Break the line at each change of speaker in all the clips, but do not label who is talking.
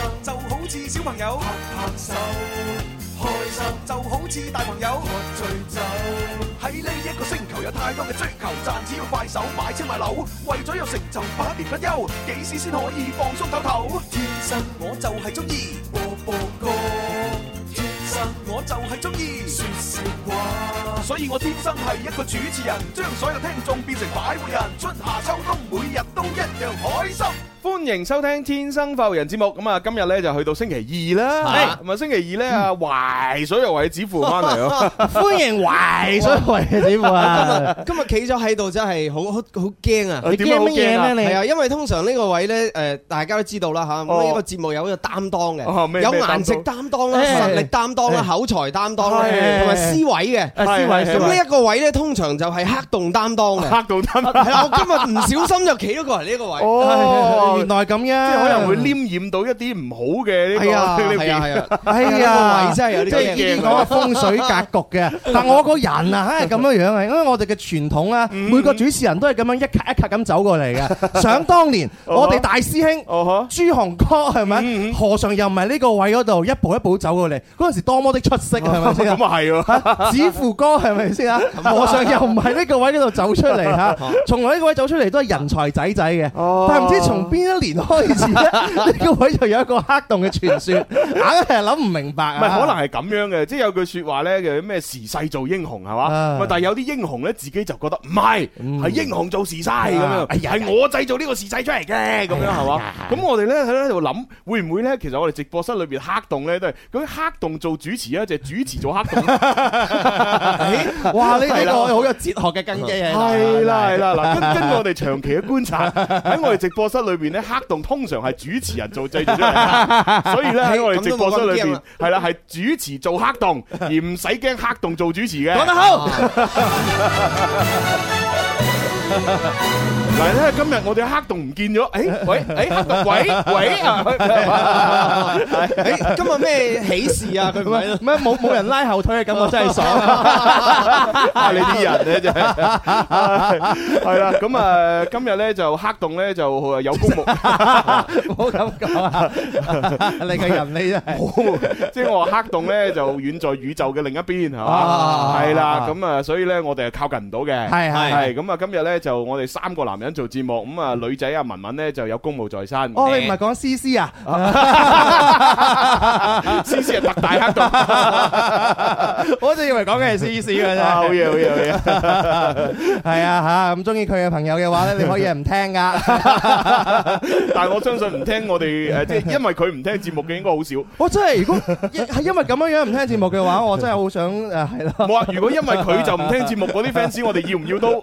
好似小朋友拍拍手，開心就好似大朋友喝醉酒。喺呢一個星球有太多嘅追求，賺錢要快手，買車買樓，為咗有成就百年不休，幾時先可以放鬆唞唞？天生我就係中意播播歌，天生我就係中意説笑話，所以我天生係一個主持人，將所有聽眾變成擺活人，春夏秋冬每日都一樣開心。
歡迎收聽《天生浮人》節目，咁啊，今日咧就去到星期二啦，咁啊，星期二咧啊，淮水又為子父翻嚟咯，
歡迎懷所謂嘅子父啊！
今日企咗喺度真係好好好驚啊！
你
點解
驚
好驚啊
乜嘢
係
咧？
啊，
你
因為通常呢個位咧，誒大家都知道啦嚇，
哦
咁呢個節目有呢個擔當
哦咩
嘅，有
咩擔當
顏值擔當啦、
誒
實力擔當啦、
誒
口才擔當啦，
係
同埋思維嘅。
啊思維
係
咁
思
呢
維，
一個位咧，通常就係黑洞擔當 嘅。
嚇到得，
係啦，我今日唔小心就企咗過嚟呢一個位。
哦，
原來咁
即
樣，
係可能會黏染到一啲唔好嘅呢個
係啊，
呢
係
邊
啊，係啊。
哎
呢
呀，
個位真係有啲
即係呢啲
驚
講嘅風水格局嘅。但我個人啊，係咁樣樣啊，因為我哋嘅傳統啊，每個主持人都係咁樣一級一級咁走過嚟嘅。想當年，我哋大師兄。
哦呵
朱紅哥係咪？何嘗又唔係呢個位嗰度一步一步走過嚟？嗰陣時多麼的出色係咪先啊
咁？啊係喎，
子父哥係咪先啊？和尚又唔係呢個位呢度走出嚟 嚇，從來呢個位走出嚟都係人才仔仔嘅。
哦
但係唔知從邊一年開始咧，呢個位就有一個黑洞嘅傳 說，硬係諗唔明白啊。
唔係可能係咁樣嘅，即係有句説話咧，叫咩時勢做英雄係嘛
啊？嗯
咪但係有啲英雄咧，自己就覺得唔係，係英雄做時勢咁
啊
樣，
哎呀哎
係我製造呢個時勢出嚟嘅咁樣係嘛？咁我哋咧喺度諗，會唔會咧？其實我哋直播室裏邊黑洞咧都係咁黑洞做主持啊，就係主持做黑 洞。
哎哇！呢呢個好有哲學嘅根 基啊。
係啦係啦，嗱根根據我哋長期嘅觀察，喺我哋直播室裏邊咧，黑洞通常係主持人做製造出嚟，所以咧喺我哋直播室
咁都
裏
冇咁驚
邊
啦
係啦，係主持做黑洞，而唔使驚黑洞做主持嘅。
講得好，
嗱咧，今日我哋黑洞唔見咗，誒喂誒黑洞喂喂啊！
誒，今日咩喜事啊？佢唔係
咩冇冇人拉後腿嘅感覺真係 爽啊！
啊！你啲人咧真係 係啦，咁啊，今日咧就黑洞咧就有公務，
唔好咁講啊！ 你嘅人你真係
即係我話黑洞咧就遠在宇宙嘅另一邊，係嘛？
啊
係啦，咁啊，所以咧我哋係靠近唔到嘅。
係係
係咁啊，今日咧就我哋三個男人做節目，咁啊女仔啊文文咧就有公務在身。
嗯哦，你唔係講 C C 啊？
思思係特大黑洞，
我就以為講嘅 係 C C 嘅啫。
啊好嘢好嘢好嘢！
係啊嚇，咁中意佢嘅朋友嘅話咧，你可以係唔聽 噶。
但係我相信唔聽我哋誒，即 係因為佢唔聽節目嘅應該好少。
我真係如果一係因為咁樣樣唔聽節目嘅話，我真係好想誒係咯。
冇啊！如果因為佢就唔聽節目嗰啲 fans，我哋要唔 要都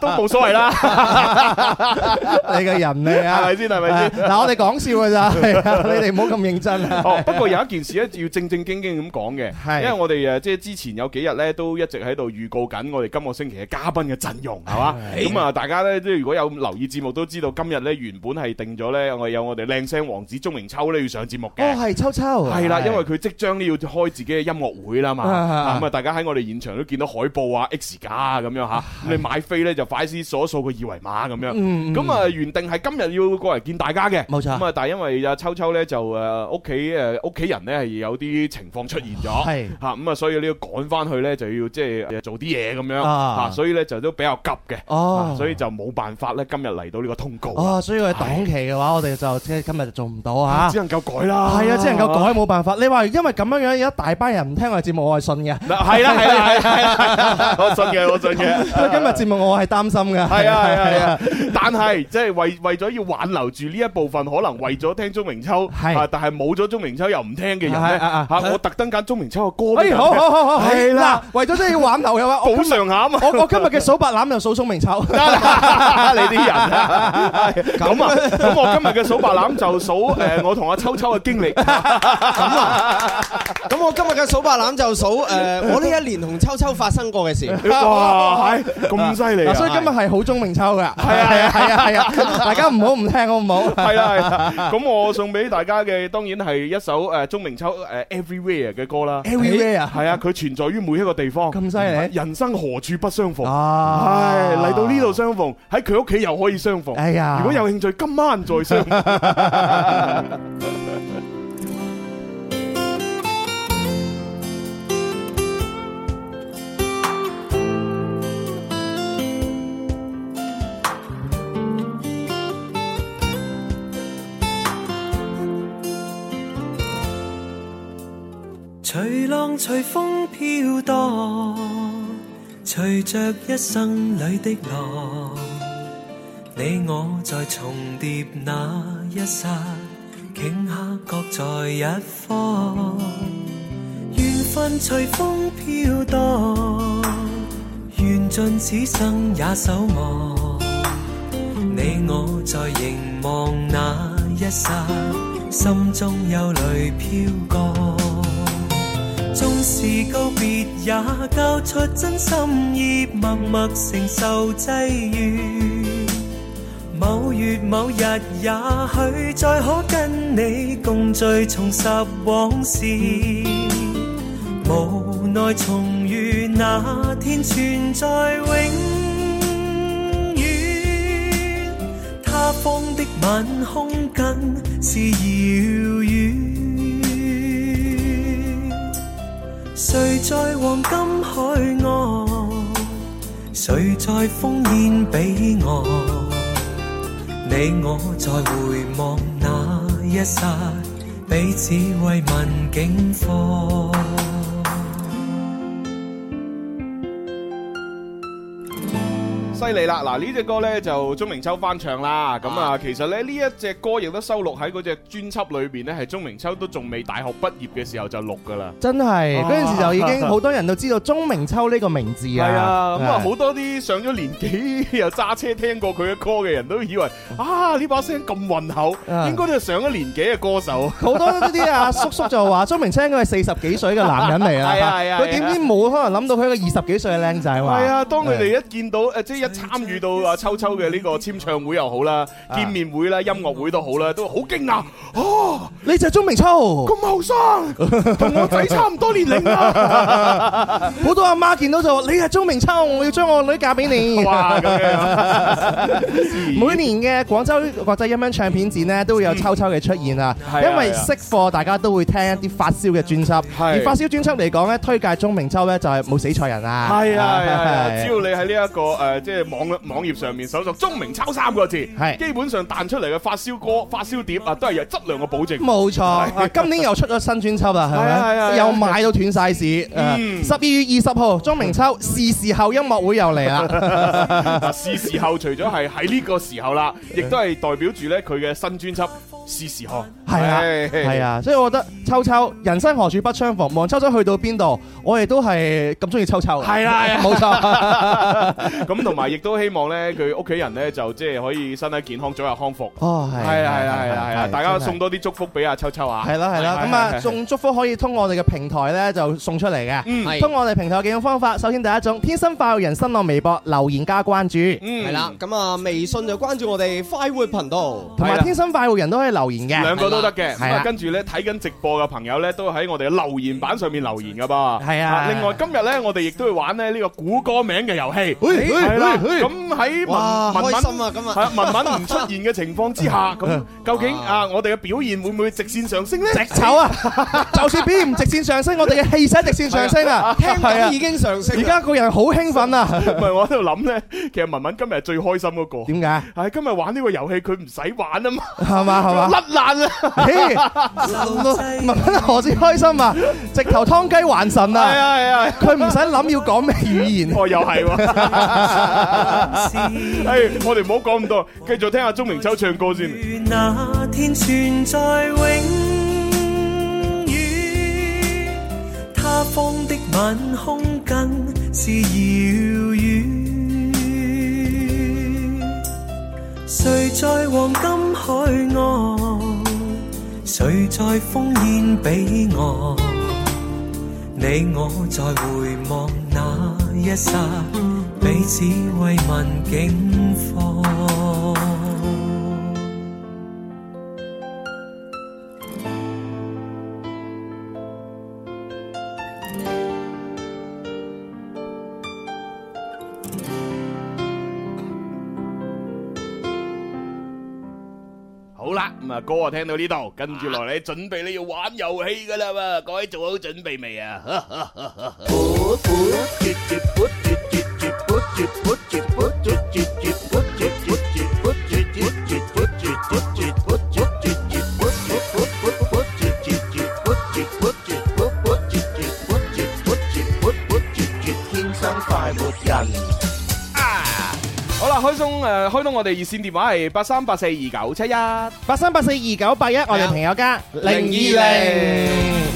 都冇所謂啦，
你嘅人嚟
係
啊！
咪先？係咪先？
嗱，我哋講笑㗎 咋，係啊你哋唔好咁認真啊！
哦，不過有一件事咧，要正正經經咁講嘅，
係
因為我哋呃誒即係之前有幾日咧，都一直喺度預告緊我哋今個星期嘅嘉賓嘅陣容，係嘛？咁啊，大家咧即係如果有留意節目都知道，今日咧原本係定咗咧，我有我哋靚聲王子鐘明秋咧要上節目
哦，
嘅。
係秋秋。
係啦，因為佢即將呢要開自己嘅音樂會啦嘛，
啊啊啊
咁啊大家喺我哋現場都見到海報啊、X 架啊咁樣吓，你買飛咧就快啲掃一掃個二維碼咁樣。
嗯嗯
咁啊原定係今日要過嚟見大家嘅，
冇錯
咁啊但係因為阿秋秋咧就誒屋企誒屋企人咧係有啲情況出現咗，
係
吓咁啊所以你要趕翻去咧就要即係做啲嘢咁樣
啊
吓，所以咧就都比較急嘅，
哦
啊所以就冇辦法咧今日嚟到呢個通告，
哦，所以佢檔期嘅話，我哋就即係今日就做唔到啊
只。能夠改啦。
係啊，只能夠改，冇辦法。你話因為咁樣樣，有一大班人唔聽我哋節目，我係信 嘅。
嗱，係啦，係啦，係啦係啦，係啦我信嘅，我信嘅。
所以今日節目我係擔心嘅。
系啊系啊系啊，但係即係為为咗要挽留住呢一部分，可能為咗聽鐘明秋，
係
啊，但係冇咗鐘明秋又唔聽嘅人
係
咧，
啊啊
吓我特登揀鐘明秋嘅歌俾
哎，
人
好好好好，
係啦，
嗱，為咗真係要挽留嘅話，我
補償下啊嘛，
我我今日嘅數白欖就數宋明秋。
得啦你啲人啊，係咁啊，咁我今日嘅數白欖就數诶，我同阿秋秋嘅經歷，
咁我今日嘅數白欖就數誒，我呢一年同秋秋發生過嘅事。
嗯哇，係咁犀利
嗱，
啊！
所以今日係好鐘明秋噶，係
啊
係啊係啊係啊，大家唔好唔聽好唔好？
係啦係啦，咁我送俾大家嘅當然係一首诶鐘明秋诶 Everywhere 嘅歌啦。
Everywhere 啊，
係啊，佢存在於每一個地方。
咁犀利
人生何處不相逢？
À.
唉，
啊
嚟到呢度，相逢，喺佢屋企又可以相逢。
哎呀，
如果有興趣，今晚再相逢。
随浪随风飘荡，随着一生里的浪，你我在重叠那一刹，顷刻各在一方。缘分随风飘荡，缘尽此生也守望。你我在凝望那一刹，心中有泪飘降。纵是告别，也交出真心意，默默承受际遇。某月某日，也許再可跟你共聚，重拾往事。無奈重遇那天存在永遠，他方的晚空更是遙遠。谁在黃金海岸？誰在烽煙彼岸？你我在回望那一剎，彼此慰問境況。
犀利啦！嗱，呢只歌呢就鍾明秋翻唱啦。咁啊，其實咧呢一隻歌亦都收錄喺嗰只專輯裏邊呢係鍾明秋都仲未大學畢業嘅時候就錄噶啦。
真係嗰陣時就已經好多人都知道鐘明秋呢個名字
係啊，
啊，Ờ。
咁啊好多啲上咗年紀又揸車聽過佢嘅歌嘅人都以為啊呢把聲咁混厚，
啊
應該都係上咗年紀嘅歌手。
好多呢啲啊叔叔就話鐘明秋應該係四十幾歲嘅男人嚟啦，
係啊係啊
佢點知冇可能諗到佢一個二十幾歲嘅靚仔嘛？
係啊，當佢哋一見到誒，即係一參與到啊秋秋嘅呢個簽唱會又好啦、
啊
見面會啦、音樂會都好啦，都好驚訝 哦！
你就係鐘明秋，
咁後生，同我仔差唔多年齡啊！
好多阿媽見到就話你係鐘明秋，我要將我女嫁俾你。
哇，咁 樣，
每年嘅廣州國際音響唱片展呢，都會有秋秋嘅出現啊
係啊。
因為
係啊
識貨，大家都會聽一啲發燒嘅專輯。
係
而發燒專輯嚟講呢，推介鐘明秋呢，就係冇死錯人啊。
係 啊係啊係啊！
係
只要你喺呢一個誒，即係網網頁上面搜索鐘明秋三個字，
係
基本上彈出嚟嘅發燒歌、發燒碟啊，都係有質量嘅保證。
冇錯，啊今年又出咗新專輯啦，係
係啊係啊嗯
咪？又賣到斷晒市。啊十二月二十號，鐘明秋是時候音樂會又嚟啦。
嗱，啊是時候除咗係喺呢個時候 啦，亦都係代表住咧佢嘅新專輯是時候。
係啊，係啊，所以我覺得秋秋人生何處不相逢，望秋秋去到邊度，我哋都係咁中意秋秋。
係啦係啊
冇 錯。
咁同埋亦都希望咧，佢屋企人咧就即係可以身體健康，早日康復。
哦，係
係啊係啊係啊係啊！大家
真係
送多啲祝福俾阿秋秋啊！
係啦係啦，咁
係係
啊
係
送祝福可以通過我哋嘅平台咧就送出嚟
嗯
嘅，
係
通過我哋平台有幾種方法，首先第一種天生快活人新浪微博留言加關注，
嗯
係啦，咁啊，微信就關注我哋快活頻道。
同
係
埋
啦
天生快活人都可以留言
兩
嘅，
個都得嘅，咁
係
啊
啦
跟住咧睇緊直播嘅朋友咧，都喺我哋嘅留言板上面留言噶噃。
係啊
另外今日咧，我哋亦都會玩咧呢個估歌名嘅遊戲。
嘿嘿
係啦，
嘿嘿
咁喺
哇
文文
開心啊今日
文係啊文文唔出現嘅情況之下，咁究竟啊我哋嘅表現會唔會直線上升咧？
直醜 啊！就算表現唔直線上升，我哋嘅氣勢直線上升啊，
聽
係啊
緊已！經上升
而
啦。
家個人好興奮啊！
唔係我喺度諗咧，其實文文今日係最開心嗰個。
點解？
係今日玩呢個遊戲，佢唔使玩啊嘛，
係嘛係嘛？
甩爛啊！
嘿啊文文何止開心啊！直頭湯雞還神
係
啊！
啊係啊，
佢唔使諗要講咩語言。
哦又係 喎。誒，我哋唔好講咁多，繼續聽下鐘明秋唱歌先。
那天存在永遠，他方的晚空更是遙遠。誰在黃金海岸？誰在烽煙彼岸？你我在回望那一剎，彼此慰問境況。
好啦，咁啊歌啊聽到呢度，跟住落嚟準備你要玩遊戲噶啦喎，各位做好準備未啊？通诶開通我哋熱線電話係八三八四二九七一，係啦
八三八四二九八一，我哋朋友家零
020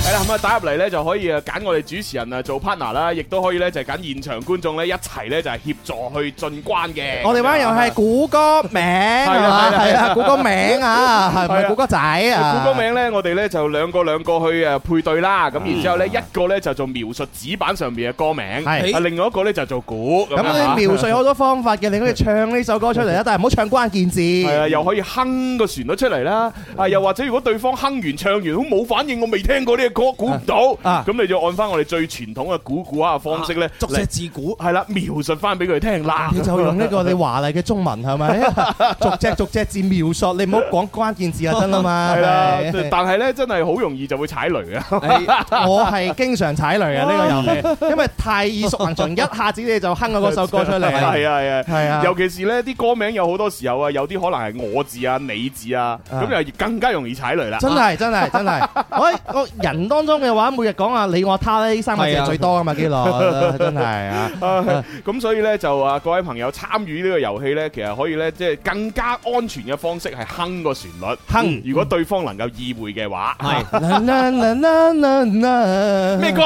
咁啊打入嚟咧就可以诶揀我哋主持人啊做 partner 啦，亦都可以咧就係揀現場觀眾咧一齊咧就係協助去進關嘅。
我哋玩遊戲係估歌名係嘛？
係啊係
係
啊
啊，估歌名啊，係咪估歌仔啊？
副歌名咧，我哋咧就兩個兩個去誒配對啦，咁然之後咧一個咧就做描述紙板上面嘅歌名，
係
啊另外一個咧就做估咁
咁
樣
你描述好多方法嘅，你可以唱呢首歌出嚟啦，但係唔好唱關鍵字。
嚇係啊，又可以哼個旋律出嚟啦，啊又或者如果對方哼完唱完都冇反應，我未聽過呢個歌，估唔到，
啊
咁你就按翻我哋最傳統嘅估估下嘅方式咧，
逐隻
嚟
自古。
係啦，描述翻俾佢聽啦。
你就用呢個你華麗嘅中文係咪？ 逐隻逐隻字描述，你唔好講關鍵字就得啦嘛。
係啦
係，
但係咧真係好容易就會踩雷啊！
哎
我係經常踩雷啊呢個遊戲，因為太耳熟能詳，一下子你就哼咗嗰首歌出嚟。
係啊係啊。
係啊，
尤其是咧啲歌名有好多時候啊，有啲可能係我字啊、你字啊，咁又更加容易踩雷啦。
真係真係真係，我我人當中嘅話，每日講啊你我他呢三個字
係
係
啊
最多噶嘛，基 樂真係啊。
啊咁所以咧就啊，各位朋友參與呢個遊戲咧，其實可以咧即係更加安全嘅方式係哼個旋律，
哼
如果對方能夠意會嘅話，
嗯
係
啦啦啦啦啦啦
咩歌？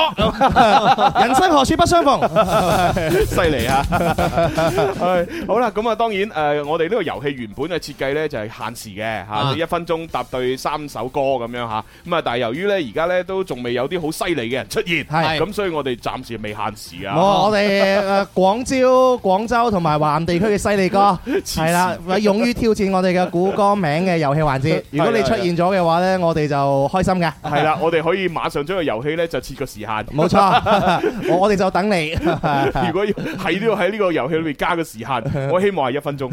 人生何處不相 逢？
犀利啊！ 係好啦，咁啊，當然誒，我哋呢個遊戲原本嘅設計呢，就係限時嘅嚇，
啊
你一分鐘答對三首歌咁樣嚇。咁啊，但係由於呢，而家呢，都仲未有啲好犀利嘅人出現，
係
咁，所以我哋暫時未限時啊。
我我哋誒廣州、廣州同埋華南地區嘅犀利 哥，係啦，勇於挑戰我哋嘅古歌名嘅遊戲 環
啊
節。如果你出現咗嘅話咧，我哋就開心嘅。
係啦，我哋可以馬上將個遊戲呢，就設個時限。
冇 錯，我我哋就等你。
如果要係都要喺呢個遊戲裏面加個時 限，我希望係一 分鐘。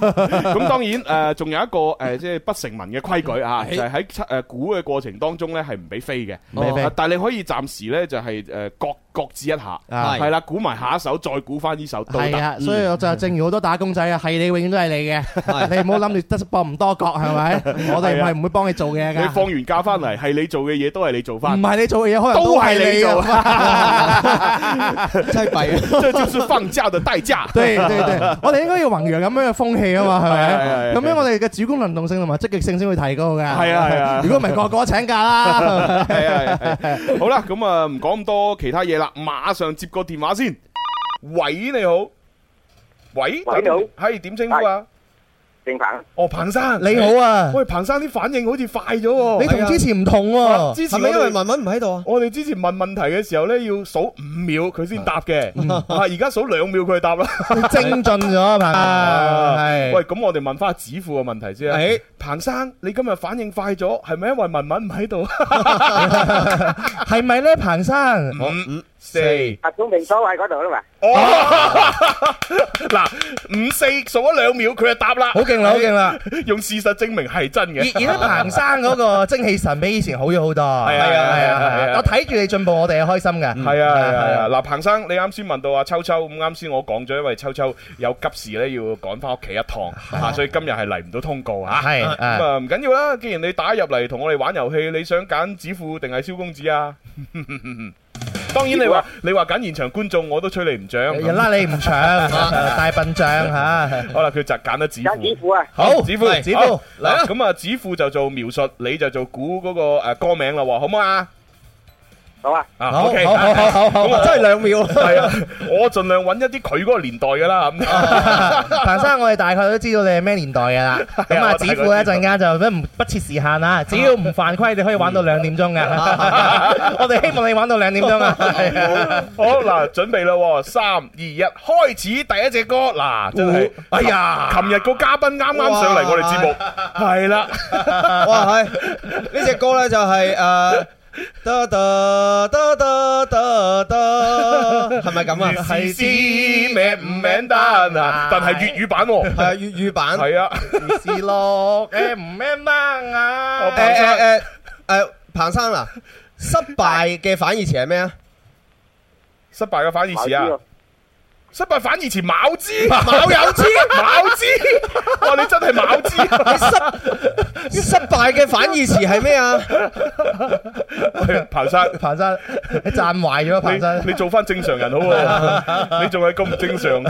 咁當然誒，仲有一個誒，即係不成文嘅規 矩啊，就係喺誒估嘅過程當中咧，係唔俾飛嘅。
唔俾飛
啊但係你可以暫時咧，就係誒各各指一下，
啊
係啦，估埋下一首，再估翻呢首都
係
得。
啊，所以我就正如好多打工仔啊，係你永遠都係你嘅，你唔好諗住得搏唔多角係咪？我哋唔係唔會幫你做嘢
你放
㗎，
完假翻嚟，係你做嘅嘢都係你做
唔
翻。
係你做嘅嘢，可能
嗯都係
係
你做
嘅。
真係弊啊！
這就是放假的代 價。
對對對，我哋應該要弘揚咁樣嘅風氣啊嘛，係
係係
咪？
係
咁樣我哋嘅主觀能動性同埋積極性先會提高嘅。
係啊係啊
如果唔係個個請假啦。
係啊係啊係啊好啦，咁啊唔講咁多其他嘢啦，馬上接個電話先。喂，你好。喂，
喂你好
係點稱呼啊？
正鵬，
哦，彭生，
你好啊，
喂，彭生啲反應好似快咗喎。
你同之前唔同喎。
係
之前
咪因
我
為
哋
文文唔喺度啊？
我哋之前問問題嘅時候咧，要數五秒佢先答嘅，啊，而家數兩秒佢就答啦。
你精進咗啊， 朋友。係
喂，， 咁我哋問翻子富嘅問題先啊。
係
彭生，你今日反應快咗，係咪因為文文唔喺度？
係咪咧，彭生？
五四。
阿聰啊明所喺嗰度啦嘛，
哦， 嗱，五四數咗兩秒，佢就答啦
好，勁啦，好勁 啦！
用事實證明係真
而
嘅。
而家彭生嗰個精氣神比以前好咗好多。係
啊係啊
係
係啊係啊
啊！我睇住你進步，我哋係開心嘅。
係啊係啊係啊！嗱，彭生，你啱先問到阿啊秋秋，咁啱先我講咗，因為秋秋有急事咧，要趕翻屋企一趟，嚇，所以今日係嚟唔到通告嚇。
係
咁啊，唔緊要啦。既然你打入嚟同我哋玩遊戲，你想揀子富定係蕭公子啊？ 當然你話你話揀現場觀眾，我都吹你唔
係
漲。
人拉你唔長， 大笨象嚇。
好啦，佢就揀咗子
有
富。
指父啊，
好，
子富，
係子
好
富，嚟啦！
咁啊，子富就做描述，你就做估嗰個誒歌名啦喎，好唔好啊？
好啊，
啊
好
，OK，
好好好好好
咁啊
真係兩秒。
係啊，我盡量揾一啲佢嗰個年代嘅啦，
彭生，我哋大概都知道你係咩年代嘅啦。咁
我大
啊，
概
子富一陣間就唔不設時限啊，只要唔犯規，你可以
嗯
玩到兩點鐘嘅。 我哋希望你玩到兩點鐘啊！
咁。好嗱，準備啦喎，三二一，開始第一隻歌嗱，真
哦
係，哎呀，琴日個嘉賓啱啱上嚟我哋節目，係啦，
哇，係呢只歌咧就係誒。得得得得得得，係咪咁啊？
係知咩唔名單啊，但係粵語版喎，
係粵語版。誒
係啊，
是咯，誒唔咩掹啊
彭生
誒誒誒，彭生啊，失敗嘅反義詞係咩啊？
失敗嘅反義詞啊
知。道
失敗反義詞卯 之，卯有之，卯之，哇！你真係卯之，
失失敗但係嘅反義詞係咩啊？
彭生。
彭生，你賺壞咗彭生
你。你做翻正常人好 喎，你仲係咁唔正常，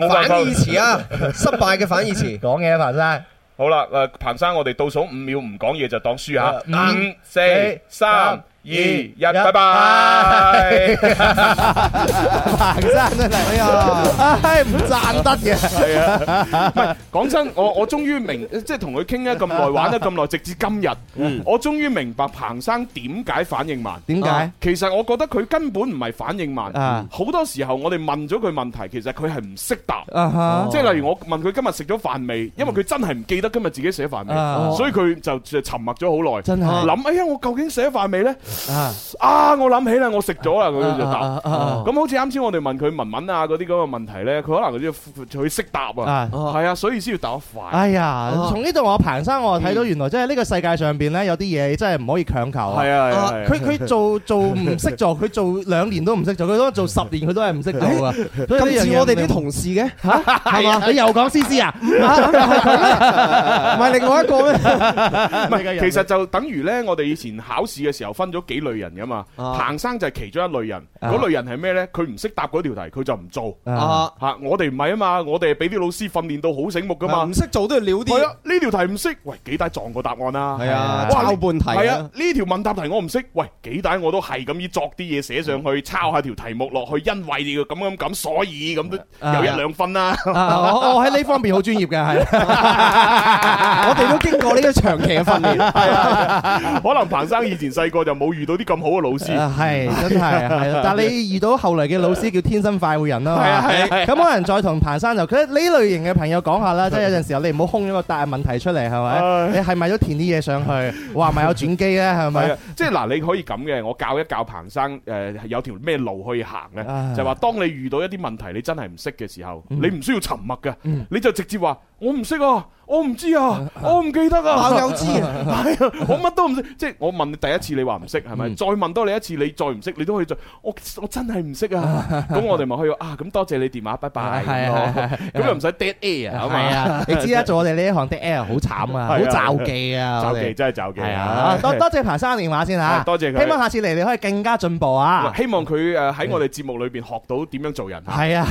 冇
反
辦
義
法。
詞啊，失敗嘅反義詞。
講嘢啊，彭生。
好啦，誒彭生，我哋倒數五秒唔講嘢就當輸嚇，
嗯
呃五、四、三、二、一，
拜
拜拜。
彭生真係，哎呀，唉，唔賺得嘅。
係啊，唔係講真，我我終於明，即係同佢傾咗咁耐，玩 咗咁耐，直至今日，我終於明白彭生點解反應慢。
點解？
其實我覺得佢根本唔係反應慢
啊，
好多時候我哋問咗佢問題，其實佢係唔識答。
啊哈
即係例如我問佢今日食咗飯未，因為佢真係唔記得今日自己寫飯
啊
未，所以佢就就沉默咗好耐。
真係
諗，哎呀，我究竟寫飯未呢？
啊
啊，我諗起啦，我食咗啦，佢就
啊啊啊
答
啊。
咁好似啱先我哋問佢文文啊嗰啲咁嘅問題呢，佢可能佢要佢識答啊
啊，
係啊，所以先要答得快。
哎呀，從呢度我彭生我睇到原來即係呢個世界上邊咧有啲嘢真係唔可以強求
哦
啊
係。啊，係啊係啊
佢佢做做唔識做，佢做兩年都唔識做，佢都做十年佢都係唔識做噶。所以
咁
呢樣嘢
似我哋啲同事嘅，
係嘛？你又講 C C 啊？
唔係另外一個咩？
唔係，其實就等於呢，我哋以前考試嘅時候分咗幾類人噶嘛。
啊
彭生就係其中一類人，嗰類人係咩呢？佢唔識答嗰條題，佢就唔做。
啊，
吓、我哋唔係啊嘛，我哋係俾啲老師訓練到好醒目
啊
噶嘛。
唔識做都要撩啲。
係啊，呢條題唔識，喂幾大撞個答案啊！
係啊，
哇，
抄半題啊。
係啊，呢條問答題我唔識，喂幾大我都係咁依作啲嘢寫上去，抄下條題目落去，因為你咁咁咁，所以咁都
啊
有一兩分啦。
啊我我喺呢方面好專業嘅， 係。
我哋都經過呢個長期嘅訓練。
係啊，可能彭生以前細個就冇遇到啲咁好嘅老師。
啊，係真係係 啦，但係你遇到後嚟嘅老師叫天生快活人啦嘛，
係啊係啊係啊
咁可能再同彭生就佢呢類型嘅朋友講下 啦，即係有陣時候你唔好空咗個大問題出嚟係咪
唉？
你係咪都填啲嘢 上去？話咪有轉機咧係
係
咪
啊？，即係嗱，你可以咁嘅，我教一教彭生，誒有條咩路可以行咧？
啊嗯
就係話當你遇到一啲問題你真係唔識嘅時候，你唔需要沉默嘅，你就直接話我唔識啊，我唔知啊，我唔記得啊，我有知啊，係啊，我乜都唔識。即係我問你第一次你話唔識係
嗯
咪？再問多你一次你再唔識，你都可以再我我真係唔識啊。咁我哋咪可以話啊，咁多謝你電話，拜拜。
係啊係啊係啊
咁又唔使 dead air 啊
係
嘛。
啊，你知啦，做我哋呢一行的 L 好慘啊，好
係啊
罩忌啊，
就
我
忌
哋
真係就忌
係啊，多多謝彭生嘅電話先嚇，
係多謝佢
希望下次嚟你可以更加進步啊。
希望佢誒喺我哋節目裏邊學到點樣做人 嚇。
係啊，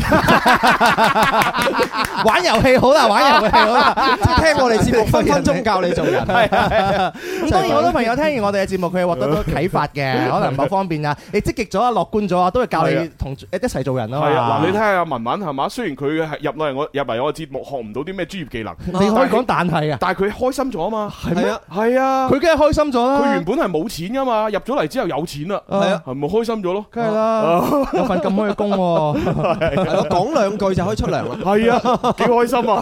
玩遊戲好啦，玩遊戲好啦， 即係聽我哋節目分分鐘教你 做人。咁當然好多朋友聽完我哋嘅節目，佢係獲得到啟發嘅，可能某方面啊，你積極咗啊，樂觀咗啊，都會教
係
你
啊
同一齊做人咯。
係啊，嗱，你睇下文文係嘛？雖然佢係入嚟我入嚟我嘅節目學唔到啲咩專業技能，
你可以講但係啊，
但係佢開心咗啊嘛，係
咩
啊，係啊，
佢梗係開心咗啦。
佢原本係冇錢噶嘛，入咗嚟之後有錢啦，
係啊
係咪開心咗咯？
梗係啦，有份咁好嘅工 喎。
係咯，講兩句就可以出糧啦。
係啊，幾開心 啊！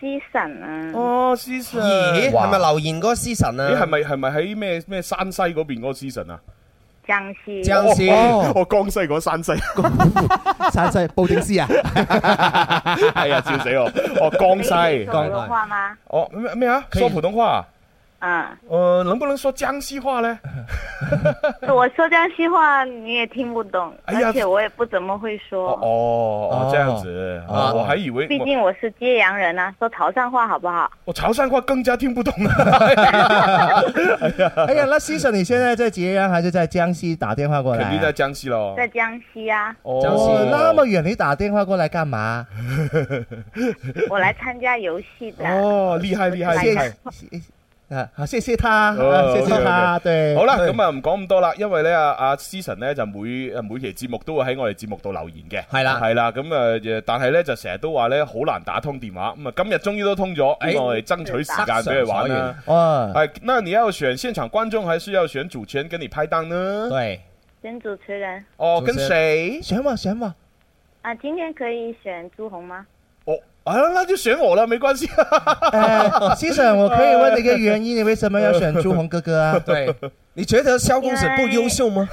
思神啊，
哦，Season，
咦，係咪留言嗰個思神
咦，係
啊？
咪係咪喺咩咩山西嗰邊嗰個 Season 啊？
僵尸，
僵尸
哦，哦江西嗰 山西，
山西布丁斯啊，
係啊，笑死我！哦，江西
说，普通话吗？
哦咩咩啊？說普通話啊？
嗯，
呃，能不能說江西話呢？
我说江西话你也听不懂，
哎呀
而且我也不怎么会说，
哦哦，這樣子，哦我還以為
毕
我
竟我是揭阳人啊，说潮汕话好不好？
我潮汕話更加聽不懂 啊！
哎呀，那思顺你现在在揭阳还是在江西打电话过
肯定在
来？
江西咯。
在江西 啊，
哦
江西
哦，那么远你打电话过来干嘛？
我来参加游戏的。
哦，厲害
啊
厲害厲害！
谢啊，好谢谢他，
哦
谢谢他，对。
好啦，
哎
咁啊唔講咁多啦，因為咧阿阿 Season 咧就每啊每期節目都會喺我哋節目度留言嘅，
係啦
係啦，咁啊但係咧就成日都話咧好難打通電話，咁啊今日終於都通咗，
哎
咁我哋爭取時間俾佢玩啦。
哦，
哎，那你要選現場觀眾，還是要選主持人跟你拍檔呢？
對，
选主持人
哦，
主
跟
持人
誰？
选吧选吧，
啊，今天可以选朱红吗？
哦，啊，那就选我了，没关系。
呃，先生，我可以问你一个原因，你为什么要选朱红哥哥 啊？
对，你觉得萧公子不优秀吗？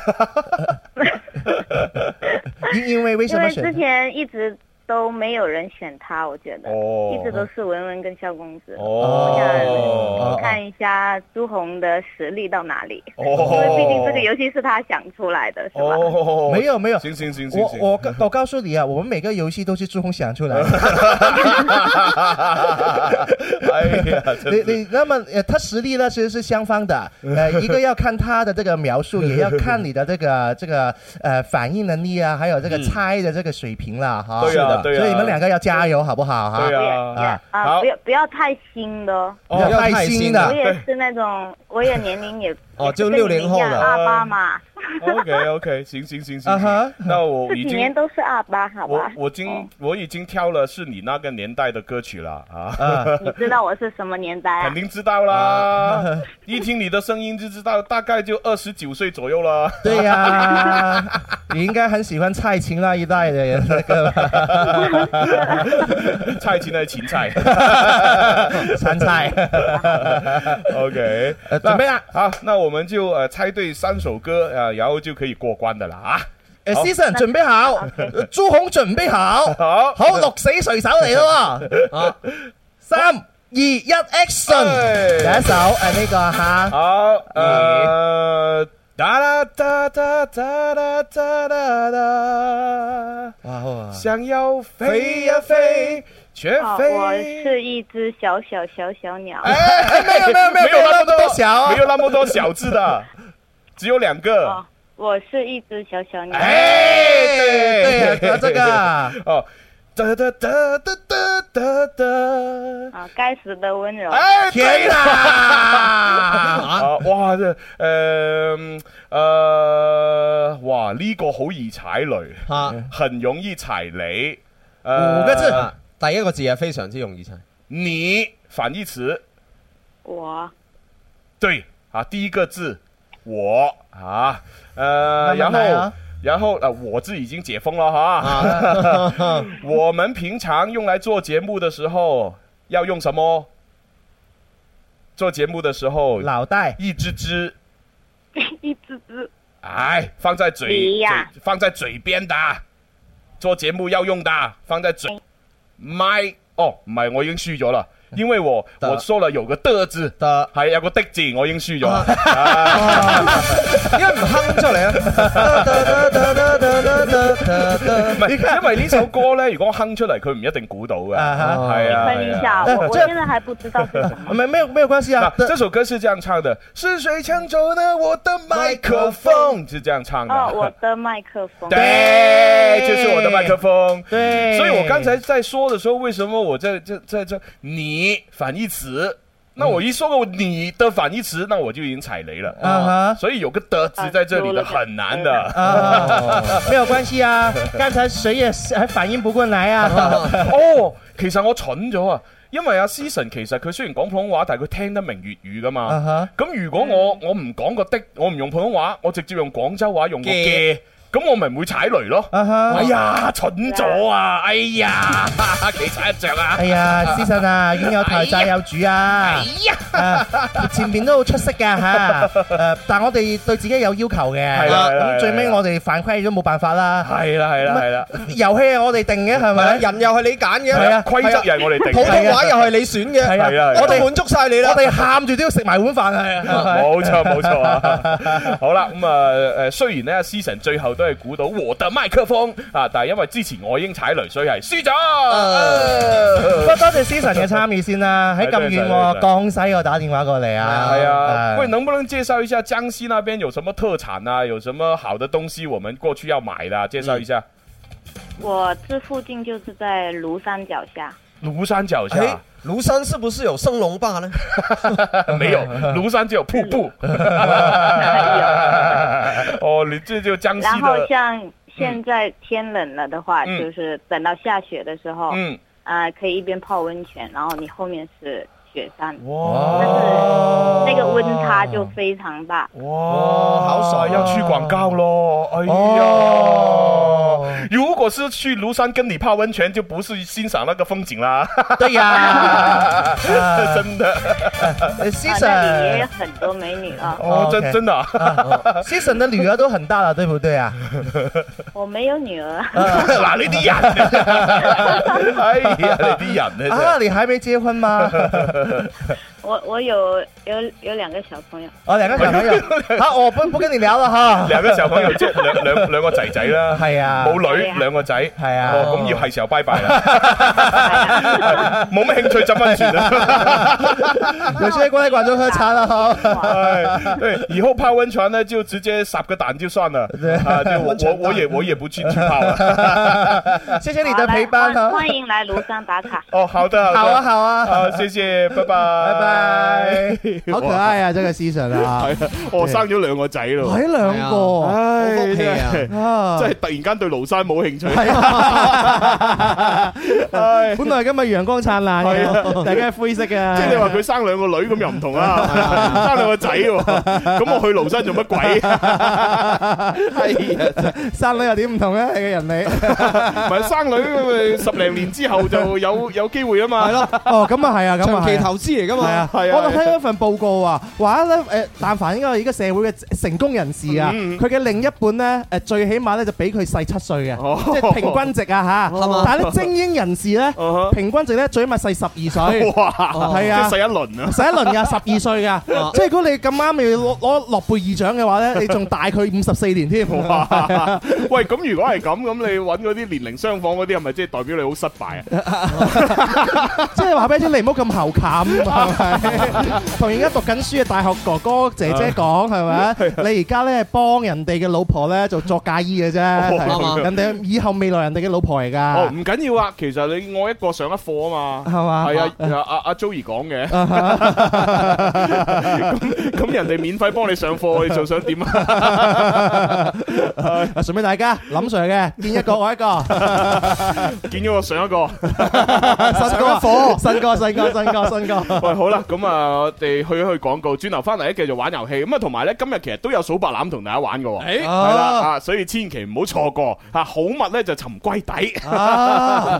因因为为什
因
么
为之
选？
前一直都没有人选他，我觉得、
哦
一直都是文文跟萧公子。
哦
我想看一下朱红的实力到哪里，因为
哦
毕竟这个游戏是他想出来的，是吧？
哦，
没有没有，
行行行行
我
行，
我告我告诉你啊，我们每个游戏都是朱红想出来的。
哎呀，真
你
是
你那么呃，他实力呢其实是相方的，呃，一个要看他的这个描述，也要看你的这个这个呃反应能力啊，还有这个猜的这个水平啦，哈。
嗯对啊
是的
对啊
所以你们两个要加油，好不好？哈。
对
也
啊
也，
好啊
啊，不要不要太新的哦，
不要太新的
我。也是那种，我也年龄 也也
哦
是
就
跟你们
60后
一样
的
二八嘛，
，OK OK，行行 行行
啊哈，
那我
这
哦已
几
经
年都是二八，好
我
吧？
我经我已经挑了是你那个年代的歌曲了啊，
嗯
嗯你知道我是什么年代
肯
啊？
定知道
啊
啦，一听你的声音就知道，大概就二十九岁左右 啦。
对呀、 你应该很喜欢蔡琴那一代的人那个
蔡琴的芹 菜
参赛。
，OK，
呃准备啦，
好，那我们就呃猜对三首歌啊、呃然后就可以过关的啦啊。
呃，Season 准备好，朱红准备好，
好
好，六死垂手嚟咯喎，啊，三二一，Action！À,
哎
第一首誒呢個嚇，
好，呃，哒啦哒哒哒啦哒哒哒，
哇好啊
想要飞呀飞，却
哦，
飞。
我是一只小小小小鸟。
哎没有没有没有
没有那么
多小啊
没有那么多小字的，只有两个
哦。，我是一只小小鸟。
哎，
哎
对
對啊這個
哦，哒哒哒哒哒哒哒，
啊，该死的温柔。
哎，对
天
啦。
啊！
啊！哇！即係誒誒，呃哇！呢、個好易踩雷，
啊，
很容易踩雷。呃
五個字
啊第一個字係非常之容易猜。
你反义词
我
对啊，第一个字我啊，呃，
慢慢
然
來
后
啊
然后呃，我字已经解封了哈。
啊
我们平常用来做节目的时候要用什么？做节目的时候，
腦袋
一只只，
一只只
哎，放在嘴
梨呀
嘴放在嘴边的，做节目要用的，放在嘴
哎
麦哦，唔系，我已经输咗啦，
嗯
因为我我说了有个的字，
得，
系有个的字，我已经输咗
啊
啦。
因為唔哼出 嚟啊！
唔係，因為呢首歌呢，如果哼出嚟，佢唔一定估到嘅。
啊哈。
係啊，
分一下，
係啊。
我我现在还不知道是什 么。
没没有没有关系
Dạ,
啊，得
嗱，這首歌是這樣唱的，是誰搶走了我的麥克風？是這樣唱的。
哦，我的麦克风。
對，就是我的麥克風。
對，
所以我剛才在說的時候，為什麼我在-在-在-在你反義詞，那我一說個你的反義詞，那我就已經踩雷了。
嗯啊哈。
所以有個的字在這裡的，
啊，
很難的。
Ờ. 啊，没有关系啊，刚才谁也是还反应不过来
Ờ.
啊，
哦，其實我蠢咗啊！因為阿 Season 其實佢雖然講普通話，但係佢聽得明粵語噶
啊
嘛
哈。
咁、如果我我唔講個的，我唔用普通話，我直接用廣州話用個嘅，咁我咪唔會踩雷咯。
啊哈
哎呀，蠢咗啊！哎呀， 幾踩一着啊！哎
哎呀，思晨啊，冤有頭債有主啊！啊前面都好出色 嘅吓，誒，但我哋對自己有要求嘅，啊
係啦係啦係啦
咁最尾我哋犯規都冇辦法 啦。
係啦係啦係啦，
遊戲係我哋定嘅係咪？
人又係你揀嘅，
係啊
規則又係我哋定
普
嘅。
通話又係啊你選嘅，
係
係啊係啊
我都滿足晒你啦
我。哋喊住都要食埋碗飯係啊！
冇錯冇錯啊！好啦，咁啊誒，雖然咧 Season 最後都係估到和特麥克風啊，但係因為之前我已經踩雷，所以係輸咗。
不
啊
過多謝思晨嘅參與先啦，喺咁遠
係
喎，
多
江西我打電話過嚟啊！
哎呀，
誒
喂，能不能介绍一下江西那边有什么特产啊？有什么好的东西我们过去要买的啊、介绍一下。
我这附近就是在庐山脚下。
庐山脚
哎
下、
庐山是不是有升龙霸呢？
没有，庐山只有瀑 布。 哦，你这就江
然
西
后
的，
像现在天冷了的话，
嗯
就是等到下雪的时候，
嗯，
啊、可以一边泡温泉，然后你后面是雪山，但
哇
哦
是那个温差就非常大。
哇，好爽，要去广告咯，哎呀。
哦
如果是去庐山跟你泡温泉，就不是欣赏那个风景啦，
对
啊
呀，
真的
啊，那里也有很多美女啊，
哦，真
OK
真的啊。
，Season 的女儿都很大了，对不对 啊？
我没有女儿，
嗱，呢啲人， 哎呀，你啲人咧真
啊，
係。
你还没结婚 吗？
我我有有有两个小朋友，
哦，两个小朋友， 好，我不不跟你聊了哈。
兩個小朋友即係兩兩兩個仔仔 啦，
係啊
冇女兩個仔，
係啊
哦咁要係時候拜拜啦， 冇乜興趣浸温泉啊啦。
有些乖乖都喝茶了哈。
哎对，以後泡温泉呢，就直接撒個蛋就算 了，啊，就我我我也我也不去去泡啊了。
谢谢你
好
的
来
陪伴
欢
哦哈。
欢迎来庐山打 卡。
哦，好的，
好啊，
的，
好啊，
好，謝謝，拜拜，
拜
拜
好可。愛啊！這個 season 啊，
係啊，我生咗兩個仔咯，
睇兩個
唉
好福氣啊
真係
啊，
真係突然間對廬山冇興趣。Ờ,
係啊！
唉
本來今日陽光燦爛
係啊
嘅，大家係灰色
à.
嘅。
即係你 話佢生兩個女咁又唔同啦，生兩個仔喎，咁我去廬山做乜鬼？係啊，
生女有點唔同咧，你嘅人嚟。
唔係生女咁咪十零年之後就有有機會啊嘛。係咯，
哦，咁啊係啊，咁
長
啊
期
係啊。
投資嚟噶
係
嘛
啊，，
係啊
我睇到一份報告啊，話咧誒，但凡應該而家社會嘅成功人士啊，
嗯
佢嘅另一半咧誒，最起碼咧就比佢細七歲嘅，
哦
即係平均值啊嚇。
係嘛
但係咧精英人士咧
嗯哼，
平均值咧最起碼細十二歲，
哇，
係啊
即係細一輪啊。
十一輪㗎，十二歲 㗎。
哦
即係如果你咁啱你攞攞諾貝爾獎嘅話咧，你仲大佢五十四年添。
哇！喂，咁如果係咁，咁你揾嗰啲年齡相仿嗰啲，係咪即係代表你好失敗啊？
即係話俾你知，你唔好咁喉 冚，係咪？同而家讀緊書嘅大學哥哥姐姐講，係
啊
咪？你而家咧幫人哋嘅老婆咧做作嫁衣嘅啫，
哦
係人哋以後未來人哋嘅老婆嚟
哦，
㗎，
唔緊要啊，其實你愛一個上一課啊嘛。
係嘛？
係啊，阿阿 Joey 講嘅，
啊哈。
咁咁人哋免費幫你上課，你仲想點 啊？
啊！順便大家林 Sir 嘅見一個我一 個，
見咗我上一個。
新歌火，新歌新歌新歌新歌，
喂，好啦，咁啊，我哋去一去廣告，轉頭翻嚟咧繼續玩遊戲。咁啊，同埋咧今日其實都有數白攬同大家玩嘅喎，
誒
係啦啊，所以千祈唔好錯過嚇，好物咧就沉歸底。
啊！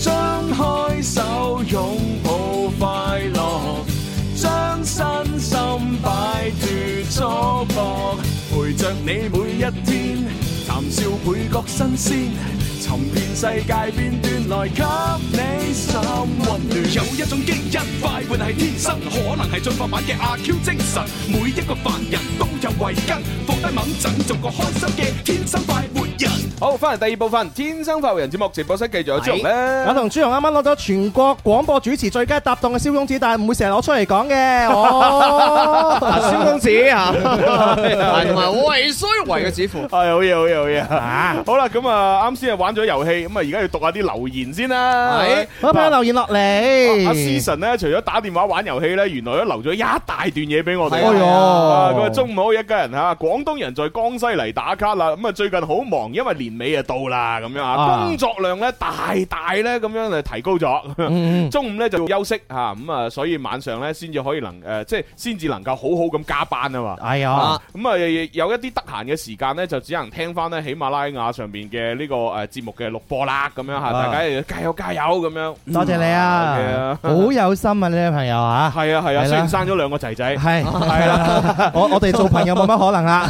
張開手擁抱快樂，將身心擺脱束縛，陪着你每一天，談笑倍覺新鮮，尋遍世界邊段來給你心温暖。有一種基因快活係天生，可能係進化版嘅阿 Q 精神，每一個凡人都有慧根，放低猛陣，做個開心嘅天生快活人。
好，翻嚟第二部分《天生發育人》節目直播室繼續有朱紅
我
咧。
同朱紅啱啱攞咗全國廣播主持最佳搭檔嘅蕭公子，但係唔會成日攞出嚟講 嘅。
啊，
哦，
蕭公子啊，同埋為衰為嘅指符。
係哎好嘢，好嘢，好嘢！啊，好啦，咁啊，啱先係玩咗遊戲，咁啊，而家要讀下啲留言先啦。
係
好朋友留言落
哦阿
嚟。
Season 咧，除咗打電話玩遊戲咧，原來都留咗一大段嘢俾我哋。
哎
哎
呦
啊！佢話
呦，
中午好一家人嚇，廣東人在江西嚟打卡啦。咁啊，最近好忙，因為年尾啊到啦，咁樣啊，
啊
工作量咧大大咧咁樣誒提高咗。
嗯，
中午咧就要休息嚇，咁啊，所以晚上咧先至可以能呃誒，即係先至能夠好好咁加班啊嘛。
哎呀，
咁啊，有一啲得閒嘅時間咧，就只能聽翻咧喜馬拉雅上邊嘅呢個誒節目嘅錄播啦，咁樣嚇，大家加油加油咁樣。
多謝你
嗯
啊，
，OK 啊
好有心啊呢位朋友啊，
係啊係
係
啊，
啦
雖然生咗兩個仔仔。
係係啦， 我我哋做朋友冇乜可能啦，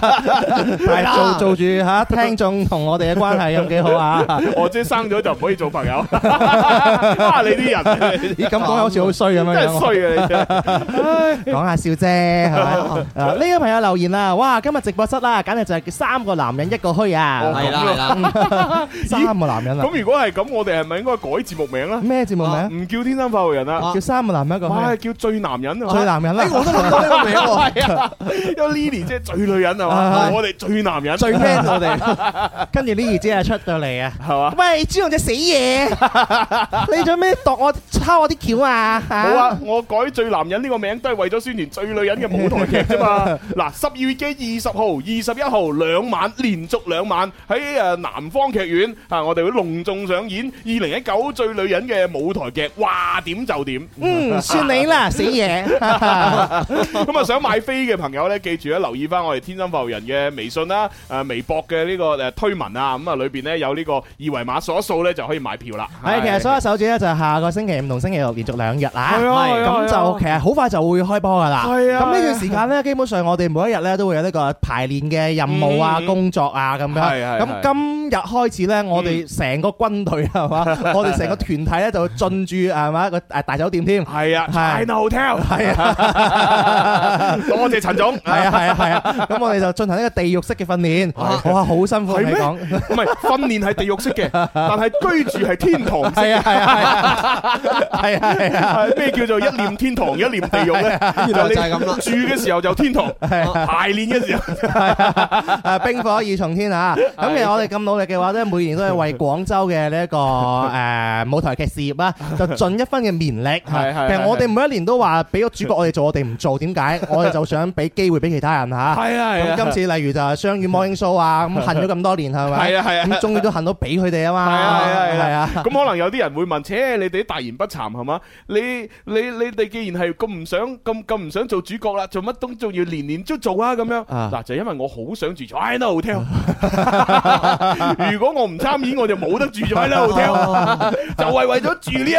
但係做做住吓聽眾同我哋嘅關係咁幾好啊。
我即係生咗就唔可以做朋 友，啊你啲人你
咦，咁講好似好衰咁樣樣
真係。衰啊！你真係
講下笑啫，係咪？啊呢個朋友留言啦，哇！今日直播室啦，簡直就係三個男人一個虛啊，
係啦係啦，
三個男人啊，
咁如果係咁，我哋係咪應該改節目名咧？
咩節目名？
唔叫天生發育人啦，
叫三個男人一個虛
哇
啊，
叫啊最男人啊！
最男人啦，
哎，我都諗到 呢個名喎，
係啊，因為 Lily 即係最女人係嘛，
啊
我哋最男人，
最 man 我哋。
跟住呢二姐啊出到嚟啊，
系嘛？
喂，朱紅只死 嘢，你做咩度我抄我啲橋啊？
好
好
啊，，我改最男人呢個名都係為咗宣傳最女人嘅舞台劇啫嘛。嗱，十二月嘅二十號、二十一號兩晚連續兩晚喺誒南方劇院啊，我哋會隆重上演二零一九最女人嘅舞台劇，哇點就點。
嗯，算你啦，死 嘢，
咁啊，想買飛嘅朋友呢，記住咧留意翻我哋天生浮人嘅微信啦、誒微博嘅呢個誒推文啊，咁啊裏邊呢有呢個二維碼掃一掃呢，就可以買票啦。
係其實所有手指咧就係下個星期五同星期六連續兩日啊，
係啊係啊
咁
係啊
就其實好快就會開波噶啦。
係啊
咁呢段時間咧，基本上我哋每一日咧都會有呢個排練嘅任務啊、
嗯
工作啊咁
係係嗯
樣。咁
係
今日開始咧，我哋成個軍隊啊係 嘛，我哋成個團體咧就進駐係嘛個誒大酒店添。
係啊
係
，China Hotel，
係啊
多謝陳總。
系啊系啊系啊，咁我哋就進行呢個地獄式嘅訓 練，哇，好辛苦同
啊係
你
咩
講，
唔係訓練係地獄式嘅，但係居住係天堂式。
係啊係啊係啊係啊
係咩叫做一念天堂一念地獄咧？
原來就係咁啦
你住嘅時候就天堂，排練嘅時候
係啊，冰火二重天啊！咁其實我哋咁努力嘅話咧，每年都係為廣州嘅呢一 個誒舞台劇事業啦，就盡一分嘅綿力。
係係
其實我哋每一年都話俾個主角我哋做，我哋唔做，點 解？我哋就想俾機會俾其他人嚇。
係啊係
咁
啊
今次例如就係雙語魔英 show 啊，咁恨咗咁多年係咪？
係啊係啊
咁終於都恨到俾佢哋啊
係
嘛。
啊係啊
係
係
啊
啊。。咁可能有啲人會問：，切，你哋啲大言不慚係嘛？你你你哋既然係咁唔想咁咁唔想做主角啦，做乜都仲要年年都做啊？咁樣
啊
嗱，就因為我好想住 China Hotel。如果我唔參演，我就冇得住 China Hotel。就係為咗住呢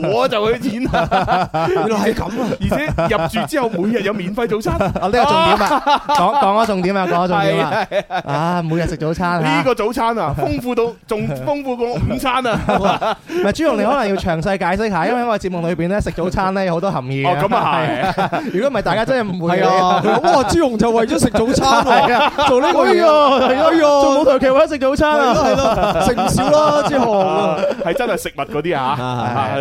一個，我就去演。原來係咁啊！而且入住之後，每日有免費早餐。
哦，呢個重點 啊，講講咗重點啊，講咗重點啊
係，
啊，每日食早餐
呢
嚇。
個早餐啊，豐富到仲豐富過我午餐啊！
唔係朱紅，你可能要詳細解釋下，因為喺我哋節目裏邊咧食早餐咧有好多含義嘅
哦咁 啊係
係啊如果唔係，大家真係唔會
係啊，哇！朱紅就為咗食早餐
係
喎，
啊，
做呢個
哎
嘢，
呀，係啊
哎呀，
做舞台劇為咗食早餐
係咯係
啊，
咯，食唔少啦，朱
啊
紅。
係真係食物嗰啲啊，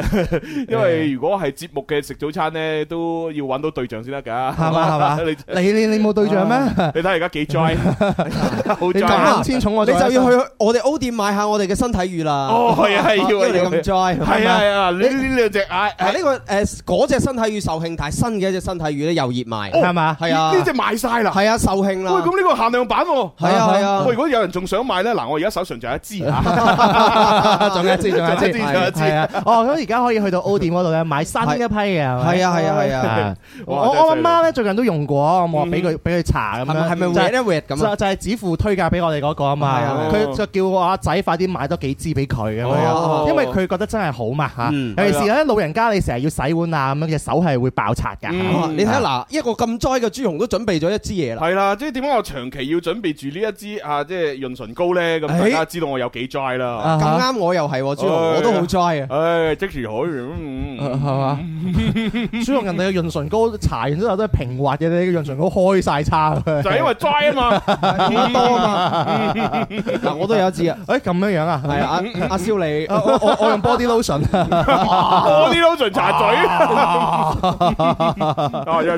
因為如果係節目嘅食早餐咧，都要揾到對象先得㗎，
係嘛係嘛
你
你你你冇對象咩？
你睇下而家幾 dry，好
你
dry
咁
啊。
先重
你
我
就
在
要
心
去我哋 O 店買下我哋嘅身體乳啦。
哦，係啊，係
因
要啊
為你
要啊
咁 dry，
係啊係啊，呢啊
你
呢兩隻眼，
係呢個誒嗰只身體乳售罄，但係新嘅一隻身體乳咧又熱 賣，
係嘛？
係啊，
呢隻賣晒啦。
係啊，售罄
喂，
啦。
咁呢個限量版喎。
係啊係啊
喂，如果有人仲想買咧，嗱，我而家手上就有一支 啊。
仲有一支，仲有一支，
仲有一支
係啊！哦，咁而家可以去到 O 店嗰度咧買新一批嘅，係咪
係啊係啊係啊，
我
哇
我阿
真係犀利
媽咧最近都用過，我話俾佢俾佢查咁
係咪
樣，
係咪
就係
red 一 red 咁啊
就？就係指父推介俾我哋嗰個啊
係啊係
嘛
啊，
佢就叫我阿仔快啲買多幾支俾佢咁
哦
樣，因為佢覺得真係好嘛嚇。
嗯
尤其是咧老人家，你成日要洗碗啊咁樣，隻手係會爆擦㗎。
嗯
哇啊你睇下嗱，一個咁災嘅朱紅都準備咗一支嘢啦。
係啦，即係點解我長期要準備住呢一支啊，即係潤唇膏咧？咁
哎
大家知道我有幾 dry 啦。
啊
咁
哈
啱我又係喎，朱
哎
紅，我都好災啊。
唉，即時可以。嗯
係嘛？所以人哋嘅潤唇膏搽完之後都係平滑嘅，你嘅潤唇膏開晒叉。
就係因為 dry 啊嘛，
好多啊嘛，嗱我都有一支啊，
誒咁樣樣啊，
係啊，阿阿蕭你
啊。我我我用 body lotion，
多啲 lotion 搽嘴， 啊真係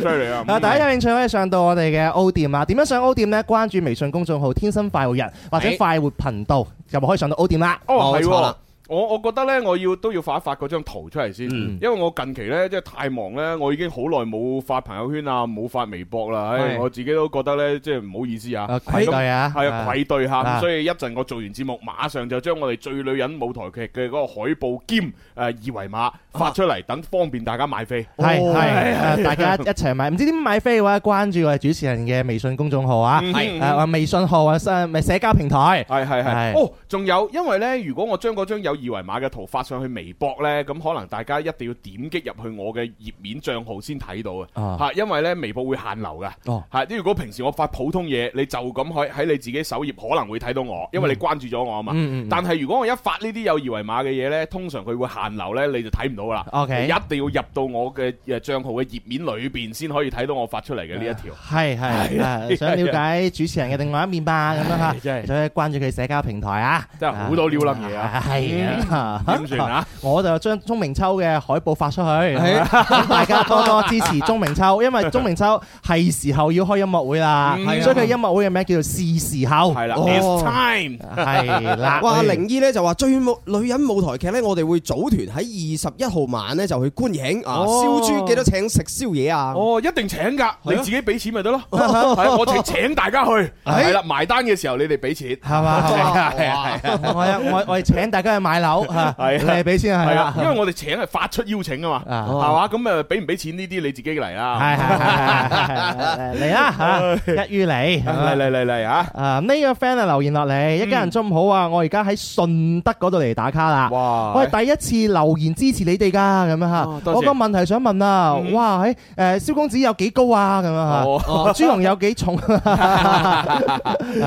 犀利啊！
啊！大家有興趣可以上到我哋嘅 O 店啊。點樣上 O 店呢？關注微信公眾號「天生快活人」或者
係
快活頻道，就可以上到 O 店啦。
哦係
冇錯啦
喎。我我覺得咧，我要都要發一發嗰張圖出嚟先，
嗯
因為我近期咧即係太忙咧，我已經好耐冇發朋友圈啊，冇發微博啦，唉，
係
我自己都覺得咧即係唔好意思啊
啊，，愧對啊，
係啊，愧對嚇，
啊
咁所以一陣我做完節目，馬上就將我哋最女人舞台劇嘅嗰個海報兼誒二維碼發出嚟，等方便大家買飛。
係
哦
係，啊大家 一齊買，唔知點買飛嘅話，關注我哋主持人嘅微信公眾號啊，
嗯
誒啊微信號啊，誒咪社交平台，
係係
係
係，哦，仲有，因為呢，如果我將嗰張有二維碼嘅圖發上去微博呢，咁可能大家一定要點擊入去我嘅頁面帳號先睇到
啊
啊，嚇，因為呢，微博會限流噶，
哦
嚇，即係如果平時我發普通嘢，你就咁喺喺你自己首頁可能會睇到我，因為你關注咗我啊嘛
嗯嗯嗯。
但係如果我一發呢啲有二維碼嘅嘢呢，通常佢會限流呢，你就睇唔到噶啦。
哦 OK
你一定要入到我嘅誒帳號嘅頁面裏邊先可以睇到我發出嚟嘅呢一條。
係係，啊想了解主持人嘅另外一面吧，咁樣嚇，
真係
就可以關注佢社交平台啊，
真係好多撩冧嘢啊
係嚇
點算啊？
我就將鐘明秋嘅海報發出去，咁大家多多支持鐘明秋， 因為鐘明秋係時候要開音樂會啦，
嗯係啊
所以佢音樂會嘅名叫做是時候，
係啦
哦
，It's time。
係啦。
哇！
嗯
靈姨咧就話最舞女人舞台劇咧，我哋會組團喺二十一號晚咧就去觀影啊！
哦
燒豬記得請食宵夜啊！
哦，一定請㗎，你自己俾錢咪得咯。係啊我請 請大家去，係啦，埋單嘅時候你哋俾錢。
係嘛係嘛？
係啊係啊
我有我我哋請大家去買 樓嚇，
係
你哋俾先係
係啊
啦，，
因為我哋請係發出邀請啊嘛，
啊
係嘛？咁呃誒俾唔俾錢呢啲你自己嚟
係係係係係
啦。
係嚟啦嚇，一於嚟
嚟嚟嚟嚟啊！
啊！呢個 friend 啊留言落嚟，一家人中午好啊！我而家喺順德嗰度嚟打卡啦。
哇哎
我係第一次留言支持你哋噶，咁樣嚇。
哦多謝
我個問題想問啊，
嗯
哇喺誒蕭公子有幾高啊？咁樣
哦，
嚇， 朱紅有幾 重？誒
誒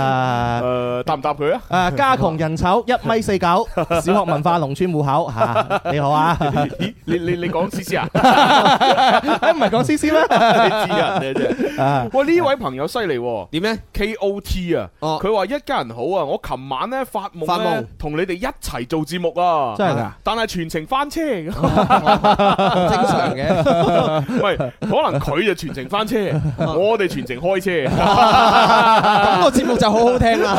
答唔答佢啊？
誒，家窮人醜，一米四九，小學文化農村戶口嚇。你好啊，
咦你你你講思思啊？
誒 唔係講 C C 咩？
你知人嘅 啫。
啊
喂，呢位朋友犀利喎。
點咧？
K O T 啊，
哦
佢話一家人好啊，我琴晚咧發夢
發
咧
夢
同你哋一齊做節目啊，
真係㗎，
但係全程翻車，
正常嘅。
喂，可能佢就全程翻車，我哋全程
咁
開車，
個節目就好好聽啦。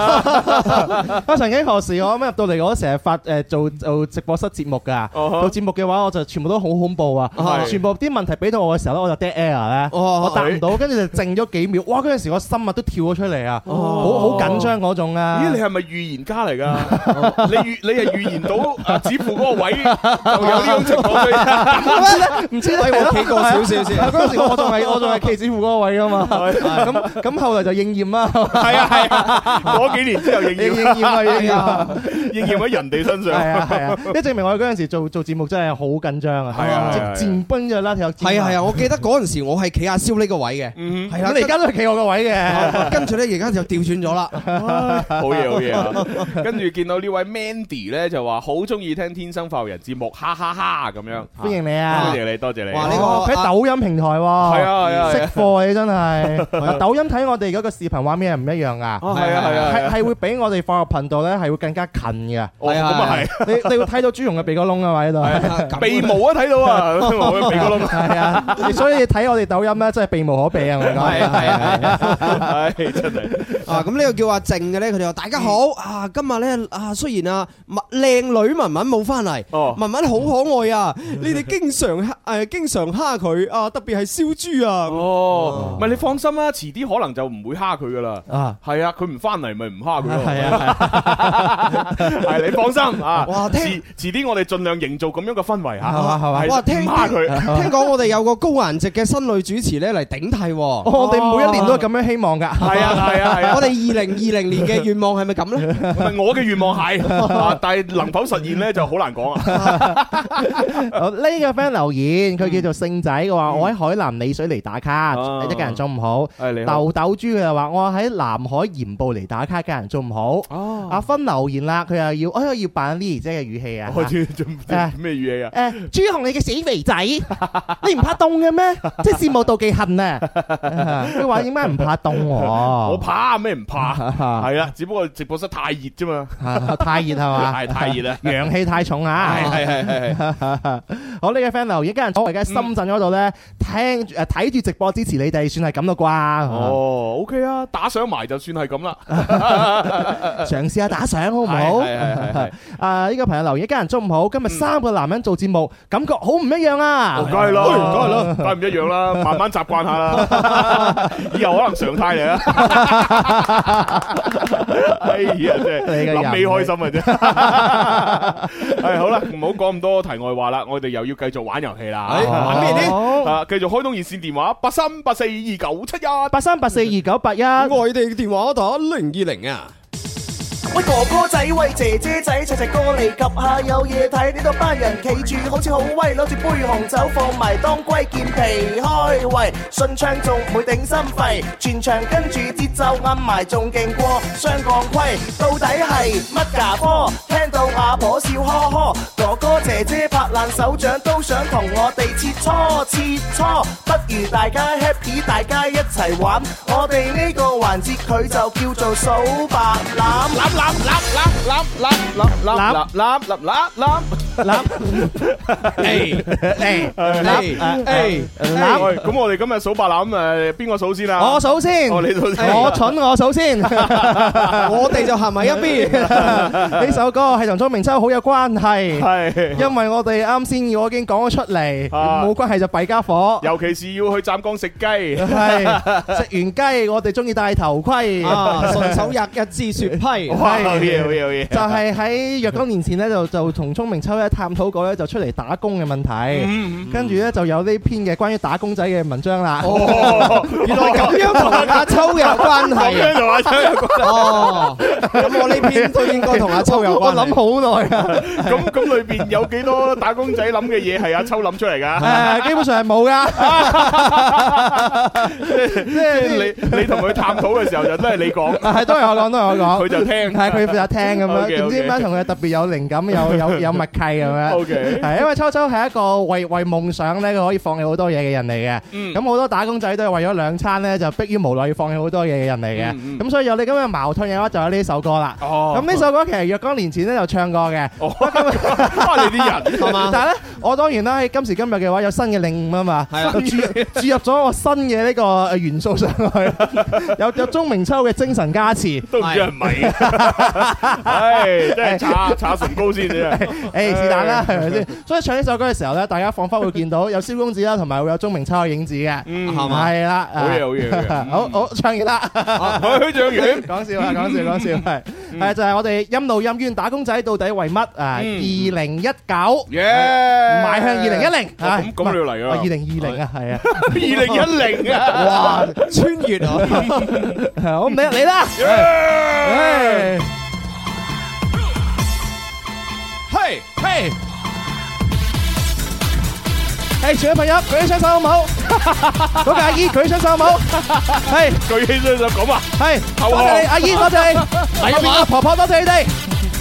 啊！曾經何時我啱入到嚟，我都成日發誒做做直播室節目㗎。
哦哈
做節目嘅話，我就全部都好恐怖啊！
係
全部啲問題俾到我嘅時候咧，我就 dead air 咧，
哦
我答唔到，跟住就靜咗幾秒。哇！嗰陣時我心啊都跳咗出嚟啊，好好緊張嗰種啊。
咦，你係咪預言家嚟㗎？你預你係預言到啊子父嗰個位就有呢種情況出現，
唔知
喂我企 過少少先
係啊嗰陣時我仲係我仲係棋子户嗰個位㗎嘛。咁咁後來就應驗啦，
係啊係啊，嗰幾年之後應
應應
驗
驗啊應驗啊。
應驗喺人哋身
係啊
上，
係啊，即係證明我哋嗰陣時做做節目真係好緊張
係啊
啊，
係啊
直戰崩咗啦，有戰
係啊係啊，我記得嗰陣時我係企阿蕭呢個位嘅，
嗯
係
咁
啊
啦。
你而 家都係企我個位嘅。
跟哦跟住咧，而家就調轉咗啦。
哼，好嘢好嘢啊！跟住見到呢位 Mandy 咧就話好中意聽《天生發育人》節目，哈哈哈咁樣，
歡迎你
多
啊！
謝你多謝你，
哇呢個
哦佢喺抖音平台喎，
係啊係啊
識貨你真係。抖音睇我哋嗰個視頻畫面係唔一樣噶，
係啊係啊係
係
啊，
係會比我哋放入頻道咧係會更加近嘅。
哦咁啊係。
你你會睇到朱容嘅鼻哥窿啊嘛喺度，
鼻毛啊睇到啊，我嘅鼻哥窿。
係啊，所以你睇我哋抖音咧真係避無可避啊！我講
係啊係啊 係啊
唉，真係
啊！咁呢個叫阿靜嘅咧，佢就話：大家好啊！今日咧啊，雖然啊文靚女文文冇翻嚟，
哦
文文好可愛啊！你哋經常誒經常蝦佢啊，特別係燒豬啊！
哦，唔係你放心啦，遲啲可能就唔會蝦佢噶啦。
啊，
係啊，佢唔翻嚟咪唔蝦佢咯。
係啊，係啊
係你放心啊。
哇聽
遲遲啲我哋盡量營造咁樣嘅氛圍吓，
係嘛係嘛
係啊
哇，聽
唔蝦佢。
聽講我哋有個高顏值嘅新女主持咧嚟頂替喎，
我
我
我哋每一年都係咁樣希望 㗎。
係啊 係啊係啊
哋，二零二零年嘅願望係咪咁 咧？
唔係我嘅願望係，啊但係能否實現咧就好難講啊。
哦呢個 friend 留言，佢叫做聖仔嘅話，我喺海南里水嚟打卡
啊，
一家人做唔好。
係你好
豆豆豬佢就話：我喺南海鹽步嚟打卡，家人做唔好。
哦，
阿芬留言啦，佢又要，哎呀要扮 Lily 姐嘅語氣啊！
我知做咩語氣啊？
誒，朱紅你嘅死肥仔， 你唔怕凍嘅 咩？即係羨慕妒忌恨啊！佢話點解唔怕凍
我
哦
我？
怕咩唔怕？係啦，只不過直播室太熱啫嘛，
太熱係
哦
嘛
太？ 太熱 啦。
陽氣太重啊！
係係係係。
好呢個 friend 留言，家人我而家喺深圳嗰度咧，聽誒睇住直播支持你哋，算係咁啦啩。
哦，OK 啊，打賞埋就算係咁啦，
嘗試下打賞好唔好？
係係係 係
啊！呢個朋友留言，一家人中午好，今日三個男人做節目，感覺嗯好唔一樣啊！
梗係啦，梗係啦， 梗係唔一樣啦，慢慢習慣下啦，以後可能常態嚟啊！哎呀，真
你嘅
係
人
諗起開心啊，啫。係好啦，唔好講咁多題外話啦，我哋又要繼續玩遊戲啦。
玩咩呢？
呢？
啊，繼續開通熱線電話八三八四二九七一。
八三八四二九八一，
外地嘅電話打零二零啊！
喂哥哥仔，喂姐姐仔，齊齊過嚟及下有嘢睇。呢度班人企住好似好威，攞住杯紅酒放埋當歸健脾開胃，順暢仲唔會頂心肺，全場跟住節奏暗埋仲勁過雙槓盔。到底係乜牙科？聽到阿婆笑呵呵，哥哥姐姐拍爛手掌都想同我哋切磋切磋，不不如大家 happy，大家一齊玩。我哋呢個環節佢就叫做數白欖。
攬攬攬攬攬攬攬攬攬攬攬喂咁我哋今日數白欖誒，邊個數先啊？
我數先，
哦，你數先。
我蠢我 數先。
我哋就行埋一邊。
呢首歌係同鐘明秋好有關係，
係。
因為我哋啱先我已經講咗出嚟，
啊
冇關係就弊家伙。
尤其是要去湛江食雞。
係食完 雞，我哋中意戴頭盔。
啊，順手入一支雪批。
哇！好嘢，好嘢，
就
好 嘢。
係喺若干年前呢，就就同聰明秋咧探討過咧，就出嚟打工嘅問題，跟住呢，就有呢篇嘅關於打工仔嘅文章啦。
哦，
原來咁樣同阿秋有關
咁
係
樣就話真係有關
哦，咁我呢篇都應該同阿秋有
我
關係。
諗好耐啊，
咁咁裏邊有幾多打工仔諗嘅嘢係阿秋諗出嚟㗎？
誒基本上係冇 噶，
即係你你同佢探討嘅時候就都係你講，
啊係都係我講，都係我講。
佢就聽。
係佢負責聽咁樣，
OK，OK
點知點解同佢特別有靈感、有有有默契咁樣
OK
係因為秋秋係一個為為夢想咧，佢可以放棄好多嘢嘅人嚟
嗯
嘅。咁好多打工仔都係為咗兩餐咧，就迫於無奈要放棄好多嘢嘅人嚟
嗯嗯
嘅。咁所以有你咁嘅矛盾嘅話，就有呢首歌啦。
哦
咁呢首歌其實若干年前咧就唱過嘅。
哦，哇！你啲人係嘛？
但係咧，我當然啦，喺今時今日嘅話，有新嘅領悟啊 嘛，就注入注入咗我新嘅呢個呃元素上去，有有鐘明秋嘅精神加持。
都唔知係 咪？唉，真係搽搽唇膏先 啫。
誒是但啦，係咪先？所以唱呢首歌嘅時候咧，大家彷彿會見到有蕭公子啦，同埋會有鍾明秋嘅影子嘅，
嗯
係嘛
係啦，
好嘢好嘢好嘢
啊 好好唱 完啦，
佢去醬園。
講笑啊，講笑講笑，係係就係我哋任勞任怨打工仔到底為乜啊？二零一九
耶！
邁向二零一零，
哦咁咁你要嚟㗎啦
二零二零啊，係啊，
二零一零啊！
哇，穿越啊！
我唔理你啦，
耶！
唉
嘿，
嘿，誒，全位朋友舉起雙手好唔 好？嗰個阿姨舉起雙手好唔好？係。
舉起雙手咁啊！
系，
投
多
降
謝你，阿姨，多謝你，嗰邊阿婆婆，多謝你哋，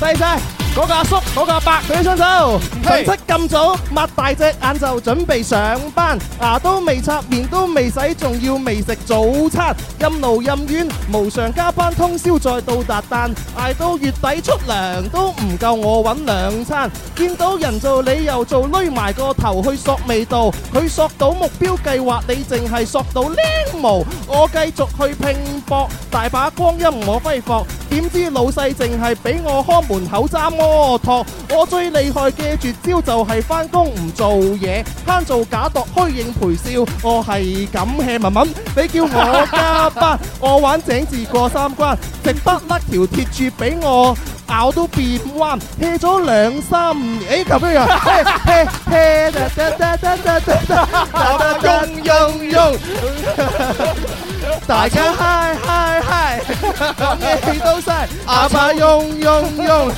細晒，嗰個阿叔，嗰個阿伯，舉起雙手，
係
晨七咁早，擘大隻眼就準備上班，牙都未刷，面都未洗，仲要未食早餐，任勞任怨，無償加班，通宵再到達旦，捱到月底出糧都唔夠我揾兩餐，見到人做你又做，攏埋個頭去索味道，佢索到目標計劃，你淨係索到靚毛，我繼續去拼搏，大把光陰我揮霍，點知老細淨係俾我看門口揸摩托，我最厲害嘅絕招就係翻工唔做嘢，慳做假度虛應陪笑，我係咁 hea 文文，你叫我加班，我玩井字過三關，直得甩條鐵柱俾我。咬都變彎，hea 咗兩三年，誒咁樣樣，hea hea 得得得得得得得得，用用用，大家嗨嗨嗨，講嘢都晒，阿爸用用用，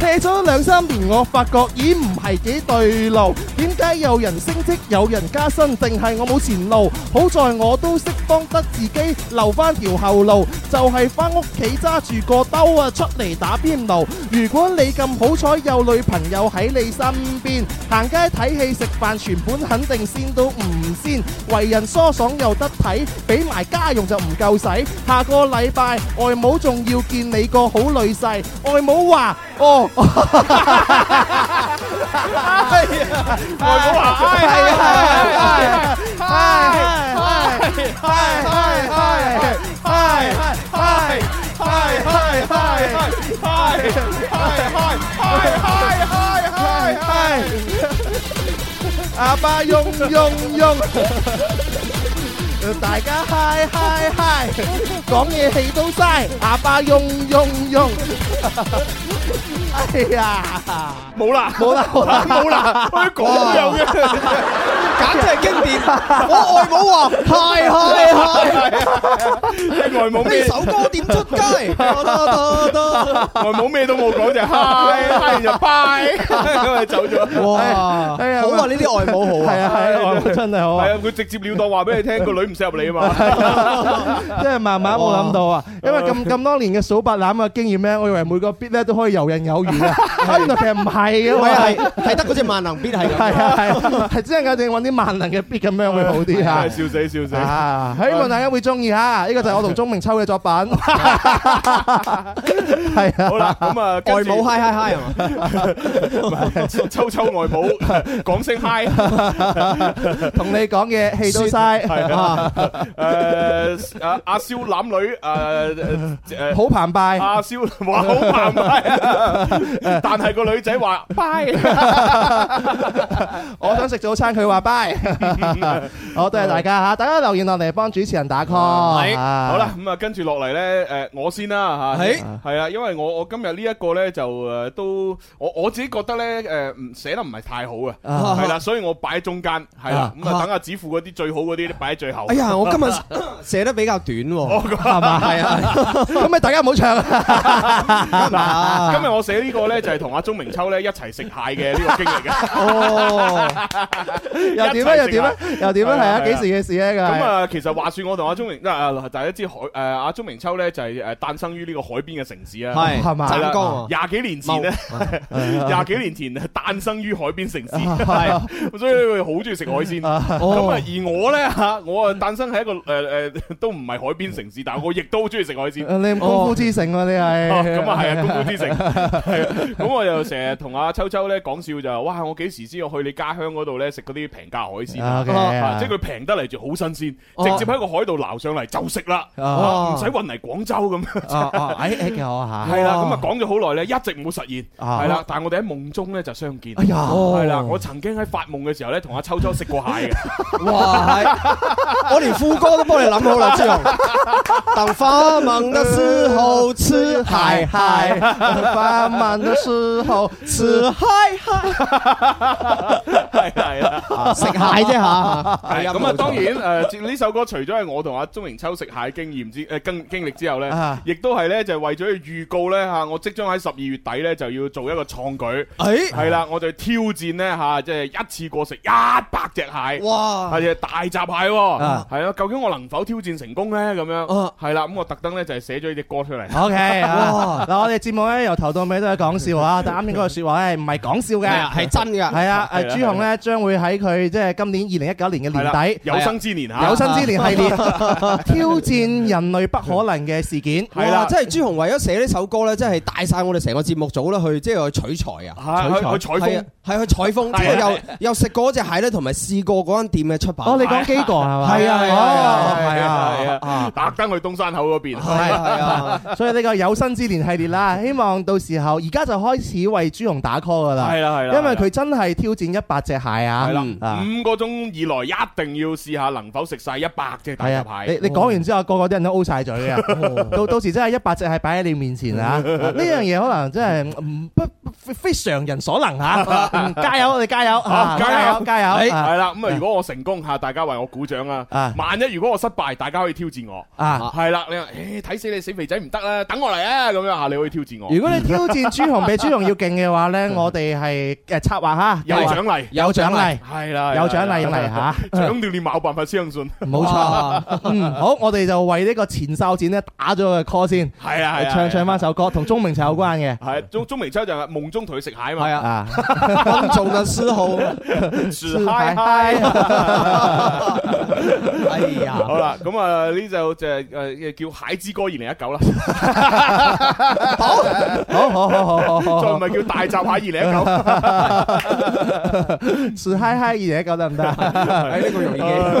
hea 咗兩三年，我發覺咦唔係幾對路，點解有人升職有人加薪，定係我冇前路？好在我都識幫得自己，留翻條後路，就係翻屋企揸住個兜啊出嚟打邊爐。如果你咁好彩有女朋友喺你身邊，行街睇戲食飯全本肯定先都唔先，為人疏爽又得體，俾埋家用就唔夠使。下個禮拜外母仲要見你個好女婿，外母話：哦，
外母話：
係
唉，
啊係啊係啊
唉，唉，唉。
阿爸用用用，大家嗨嗨嗨，講嘢氣都晒，阿爸用用用，哎呀，
冇啦，
冇啦冇啦
冇啦，佢講都有嘅。
簡直係經典。我外母話：嗨嗨嗨！
外母咩
呢？首歌點出街？得得得！
外母咩都冇講，就係嗨，嗨完就拜，咁就走咗。
哇！
哎呀
好啊，呢啲外母好
係
啊。
啊係啊，我真係好啊
係。啊，佢直接了當話俾你聽，個女唔適合你啊 嘛。
即係慢慢冇諗到啊，因為咁咁多年嘅數白欖嘅經驗咧，我以為每個 bit 咧都可以游刃有餘啊，啊原來其實唔係嘅
唔係啊，
喎，
係係得嗰只萬能必係咁。
係啊係啊，係只能夠淨揾啲萬能嘅 beat 咁樣會好啲嚇。
笑死笑死。
啊！希望大家會中意嚇，呢個就係我同鐘明秋嘅作品。係啊，
好啦，咁啊，
外
跟住
母嗨嗨 嗨係嘛？
秋秋外母講聲 hi，
同你講嘅氣都
係
嘥，
啊
啊，
Ờ, 誒阿阿蕭攬女誒誒。
好澎湃。
阿蕭話好澎湃啊，但係個女仔話 bye，
我想食早餐，佢話 bye。好，多謝大家嚇，大家留言落嚟幫主持人打 call。
係
啊
好 啦，咁啊跟住落嚟咧，誒我先啦嚇，
係
係啊，因為我我今日呢一個咧就誒都我我自己覺得咧誒唔寫得唔係太好啊，
啊
係啦，所以我擺喺中間，係啦，咁啊等阿子富嗰啲最好嗰啲擺喺最後。
哎呀，我今日寫得比較短喎，係嘛？係 啊，
咁咪大家唔好唱啊！
嗱，
今日我寫呢個咧就係同阿鐘明秋咧一齊食蟹嘅呢個經歷啊 嘅。
哦，又點啊咧？又點咧？又點咧？係
啊係啊
啊，幾時嘅事咧？
咁
咁
啊，其實話說我同阿鐘明，啊大家知海誒阿鐘明秋咧就係誒誕生於呢個海邊嘅城市啊。
係
係嘛
係啦
湛江啊，
廿幾年前咧，廿幾年前誕生於海邊城市， 係，所以佢好中意食海鮮。咁啊，而我咧嚇，我啊誕生喺一個誒誒， 都唔係海邊城市，但係我亦都好中意食海鮮。
啊，你功夫之城喎，你係
哦咁啊係啊，功夫之城係啊，咁我又成日同阿秋秋咧講笑就話，哇！我幾時先要去你家鄉嗰度咧食嗰啲平價海鮮啊？
OK，
啊即係佢平得嚟就好新鮮，直接喺個海度撈上嚟就食啦，啊唔使運嚟廣州咁。
哦哦，哎哎，幾好嚇。
係啦，咁啊講咗好耐咧，一直冇實現，
啊
係啦，但係我哋喺夢中咧就相見。
哎呀
係啦，我曾經喺發夢嘅時候咧，同阿秋秋食過蟹嘅，
哇！係我連副歌都幫你諗好啦，志豪。等發夢的時候吃
嗨
海
嗨，
蟹，
繁忙的時候吃
吃海蟹，
係係啦。
食蟹啫嚇。
係咁啊，當然誒，呢首歌除咗係我同阿鍾明秋食蟹經驗之誒經經歷之後咧
啊，
亦都係咧就係為咗要預告咧嚇，我即將喺十二月底咧就要做一個創舉，
誒，
係啦，我就挑戰咧嚇，即係一次過食一百隻蟹。
哇！
係啊，大閘蟹喎，係啊，究竟我能否挑戰成功呢？咁樣
啊
係啦，咁我特登呢就係寫咗呢只歌出嚟。
O K 啊，嗱我哋節目咧由頭到尾都係講笑啊，但啱先嗰句説話咧唔係講笑嘅，
係啊，係真㗎。
係啊，誒
係啊
朱紅咧將會喺佢即係今年二零一九年
係啦
嘅年底
有生之年吓，
啊有生之年系列挑戰人類不可能嘅事件，
係啦
哇即係朱紅為咗寫呢首歌咧，真係帶晒我哋成個節目組啦，去即係去取材啊！
係去去
係
採風
啊，係去採風，即
係啊
係又又食過嗰只蟹咧，同埋試過嗰間店嘅出品。
哦，你講基哥係嘛？
係啊係啊
哦
係啊
係
係
啊
啊
啊。
特登去東山口嗰邊。
係啊係啊。
所以呢個有生之年系列啦，希望到時候而家就開始為朱紅打 call 噶
啊
啦，
係啦係啦
因為佢真係挑戰一百隻蟹啊，
啊係
嗯
啦，
啊
五個鐘以內一定要試下能否食晒一百隻大
係
閘
啊，你
蟹。
你講完之後，個個啲人都 O 晒嘴 啊！到到時真係一百隻係擺喺你面前啊！呢樣嘢可能真係唔不不非非常人所能 嚇，嗯加油我哋加油啊
加油
加油加油
係啦，咁啊，如果我成功吓，大家為我鼓掌啊
啊！
萬一如果我失敗，大家可以挑戰我。
啊！
係啦，你話誒睇死你死肥仔唔得啦，等我嚟啊！咁樣吓，你可以挑戰我，
如果你挑戰朱紅比朱紅要勁嘅話咧，我哋係誒策劃嚇，
有獎勵，
有獎勵，
係啦，
有獎勵用嚟嚇。
獎到你冇辦法相信。
冇錯，
哦
嗯，好，我哋就為呢個前哨戰咧打咗個 call 先，
係啊，係 啊，
唱唱翻首歌，同鐘明就有關嘅，
係啊鐘鐘明秋就係夢中同佢食蟹啊嘛，
係啊，
啊，
觀眾嘅嗜好。
食蟹 蟹。
哎呀！
好啦，咁啊呢就就係誒叫蟹之歌二零一九啦，
好，好好好好好
再唔
好，
係叫大閘蟹二零一九。
是嗨嗨二嘢夠得唔得？
哎，呢個容易嘅。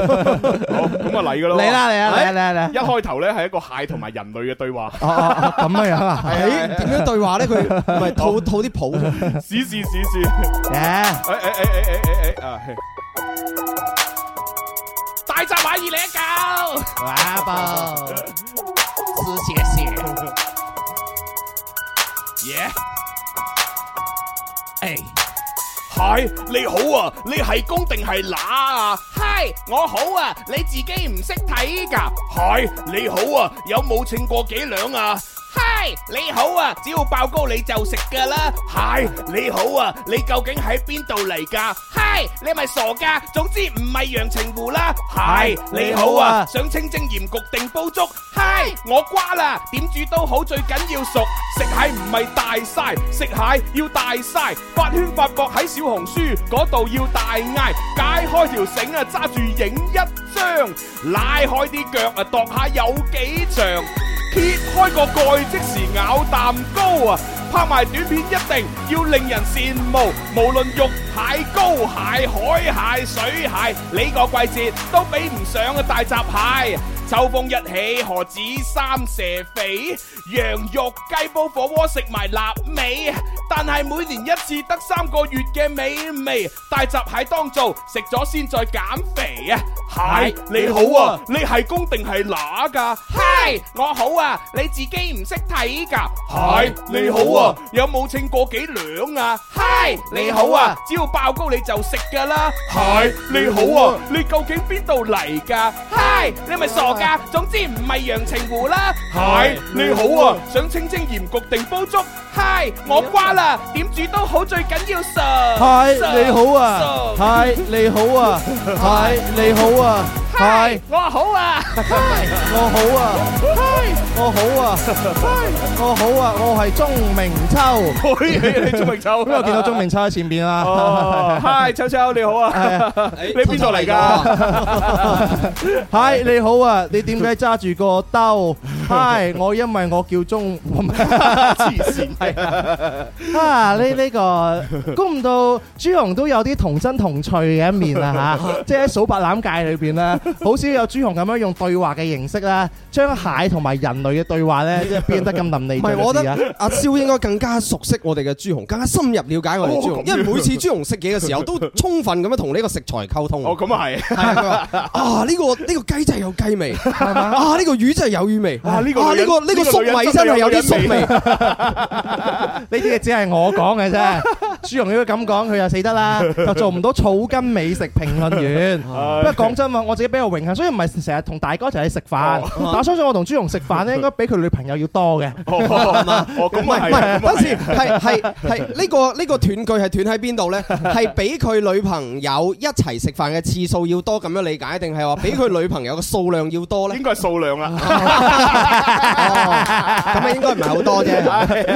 好，咁啊嚟噶咯。
嚟啦嚟啦嚟啦嚟啦
一！開頭咧係一個蟹同埋人類嘅對話，
哦哦哦咁樣樣啊，
誒點樣對話咧？ 佢唔係套套啲譜出嚟。
試試試試，
誒，
誒誒誒誒誒誒誒啊！嘿大閘蟹二零一九。
哇爆！
耶！诶，蟹你好啊，你系公定系乸啊？嗨，我好啊，你自己唔识睇噶。蟹你好啊，有冇称过几两啊？嗨，
喂，你好啊，只要爆高你就食噶啦。係，你好啊，你究竟喺邊度嚟㗎？係，你咪傻噶，總之唔係陽澄湖啦。係，你好啊，想清蒸鹽焗定煲粥？係，我瓜啦，點煮都好，最緊要熟。食蟹唔係大晒，食蟹要大晒，發圈發博喺小紅書嗰度要大嗌，解開條繩啊，揸住影一張，拉開啲腳啊，度下有幾長。揭開個蓋即時咬蛋糕啊！拍埋短片一定要令人羨慕，無論肉蟹、膏蟹、海蟹、水蟹，呢個季節都比唔上啊大閘蟹。秋風一起，何止三蛇肥？羊肉雞煲火鍋食埋臘味，但係每年一次得三個月嘅美味，大閘蟹當造，食咗先再減肥啊！蟹你好啊，你係公定係乸㗎？嗨，我好啊，你自己唔識睇㗎？蟹你好啊，有冇稱過幾兩啊？嗨，你好啊，只要爆高你就食㗎啦！蟹你好啊，你究竟邊度嚟㗎？嗨，你咪傻㗎，總之唔係陽澄湖啦！
蟹你好啊，
想清蒸鹽焗定煲粥？嗨，我瓜啦，點煮都好，最緊要熟。
Hi, 你好
熟
啊！Hi, 你好啊！Hi, 你好啊！Hi，
我好 啊，
我好啊，我好啊，我好啊！我係鐘明秋。
你鍾明秋
因為我見到鐘明秋喺前邊啦。
哦，Hi，秋秋你 好啊
係啊，
你邊度嚟㗎？
Hi，你好啊！你點解揸住個 兜？Hi，我因為我叫鐘。
黐線係啊！
啊！呢呢個估唔到朱紅都有啲童真童趣嘅一面 啦嚇，即係喺數白欖界裏邊咧，好少有朱紅咁樣用對話嘅形式啦，將蟹同埋人類嘅對話咧，即係變得咁淋漓
唔係，
盡
我覺
致啊！
得阿蕭應該更加熟悉我哋嘅朱紅，更加深入了解我哋朱
哦
紅，
咁樣
因為每次朱紅食嘢嘅時候都充分咁樣同呢個食材溝通。
哦，咁啊係，
係啊，佢話啊呢個呢個雞真係有雞味，啊呢個魚真係有魚味，
哇呢個
啊呢
女人
個呢
呢
個
個
粟
女人
米
真
真
係
係有
有
啲粟
人味
味。
呢啲嘢只係我講嘅 啫，朱紅如果咁講，佢就死得 啦，就做唔到草根美食評論員。不過講真話，我自己比較榮幸，所以唔係成日同大哥一齊去食飯。但我相信我同朱紅食飯咧，應該比佢女朋友要多嘅。
哦， 咁
唔係
啊
唔係，
係，咁啊
等
係
先，係係係呢個呢個斷句係斷喺邊 度咧？係俾佢女朋友一齊食飯嘅次數要多咁樣理解，定係話俾佢女朋友嘅數量要多 咧？
應該係數量啦。
咁啊應該唔係好多啫。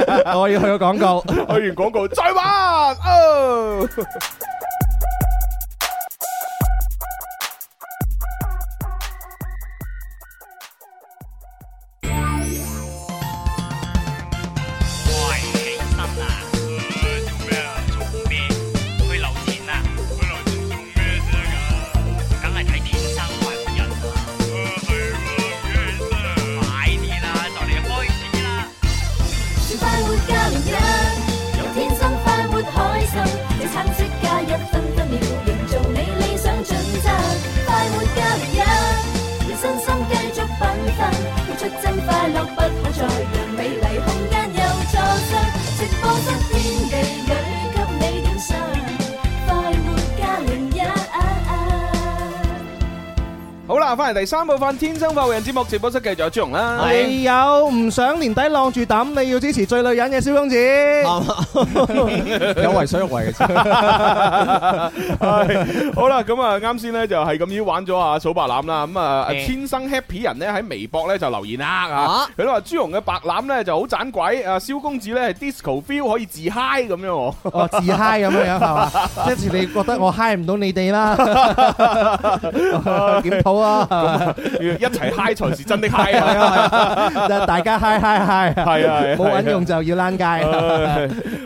我要去個廣告。
去完廣告再玩哦。
快活家人有天生快活開心，你橙色加一分分秒，營造你理想準則。快活家人你身心繼續繽紛，活出真快樂不可再讓美麗空間有阻塞。直播室天地裏給你點心，快活家人一。
好啦，翻嚟第三部分《天生發育人》節目直播室繼續有朱容 啦。
你有唔想年底晾住膽，你要支持最女人嘅蕭 公子。
有為所欲為嘅啫。
係好啦，咁啊，啱先咧就係咁樣玩咗啊數白欖啦，咁啊
嗯
天生 happy 人咧喺微博咧就留言啦
啊
啊，佢都話朱紅嘅白欖咧就好盞鬼，啊蕭公子咧係 disco feel 可以自嗨咁樣喎。
哦，自嗨咁樣樣係嘛？即係你覺得我嗨唔到你哋 啦，檢討啊！
要一齊嗨才是真的嗨
係
啊！
啊係 啊，大家嗨嗨嗨！
係啊係啊
冇揾用就要躝街。
啊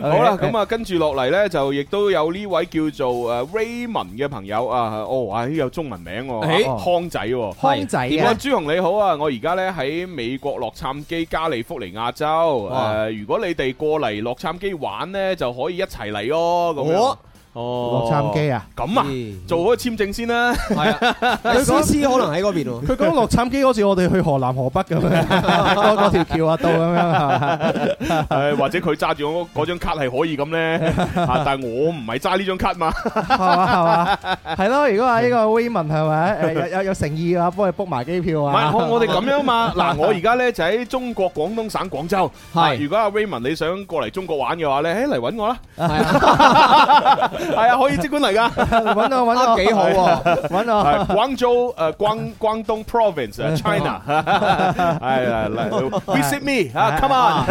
好啦，咁啊，跟住落嚟咧，就亦都有呢位叫做诶 Raymond 嘅朋友啊，哦，哇，有中文名
誒
喎，啊康仔喎。
康仔
點啊，
啊，
朱紅你好啊！我而家咧喺美國洛杉磯加利福尼亞州，
哇
呃誒、如果你哋過嚟洛杉磯玩咧，就可以一齊嚟咯，咁樣。
我
哦，
洛杉磯啊
咁啊，做嗰個簽證先啦。 系啊
佢講洛杉磯嗰次，我哋去河南河北咁 樣，嗰嗰條橋啊到咁樣。
誒或者佢揸住我嗰張卡係可以 咁咧，啊但係我唔係揸呢張卡嘛。
係嘛係嘛，係咯。如果話呢個 Wayman 係咪誒有有有誠意嘅話，幫佢 book 埋機票
唔係
啊。
我我哋咁樣嘛，嗱我而家咧就喺中國廣東省廣州，係如果阿 Raymond 你想過嚟中國玩嘅話咧，誒嚟揾我啦， 係啊可以即管嚟噶，
揾我揾我
啊幾好 喎，
揾我
廣州誒廣廣東 province 啊 China，係啊嚟 visit me 啊 come on，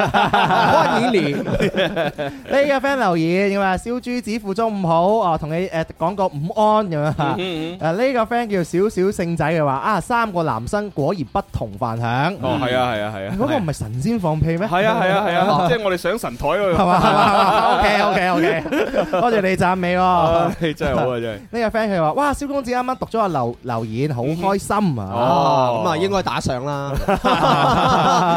歡迎你。
呢個 friend 留言，佢話小豬子付中午好，啊同你誒講個午安咁樣嚇。誒
嗯
呢個 friend 叫小小聖仔嘅話，啊三個男生果然不同凡響。
哦係啊係啊係啊，
嗰個唔係神仙放屁咩？
係啊係啊係啊，即係我哋上神台嗰度。
係嘛係嘛？OK OK OK，多謝你讚美喎。
唉真係 好啊真係。
呢個 friend 佢話：哇，蕭公子啱啱讀咗個留留言，好開心啊！
哦咁啊應該打賞啦，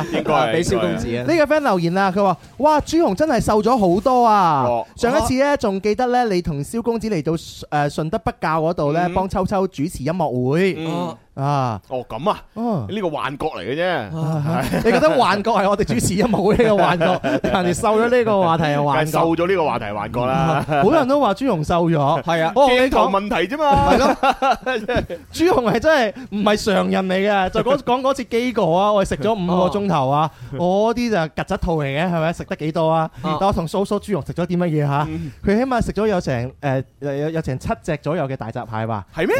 應該係
俾蕭公子啊。
呢個 friend 留言啦，佢話：哇，朱紅真係瘦咗好多啊！上一次咧，仲記得咧，你同蕭公子嚟到誒順德北教嗰度咧，幫秋秋主持音樂會啊！
哦咁啊，呢個幻覺嚟嘅啫。
你覺得幻覺係我哋主持音樂會呢個幻 覺，人哋瘦咗呢個話題係幻覺。
受咗呢個話題幻覺啦。
好多人都話朱紅瘦咗，係啊，我同你
哦鏡頭
講。
問題啫嘛。係咯，
朱紅係真係唔係常人嚟 嘅，就講講嗰次基哥啊，我係食咗五個鐘頭啊，
哦
我啲就曱甴肚嚟嘅，係咪？食得幾多啊？但我同蘇蘇朱紅食咗啲乜嘢嚇？
嗯
佢起碼食咗有成誒有有有成七隻左右嘅大閘蟹吧？
係咩？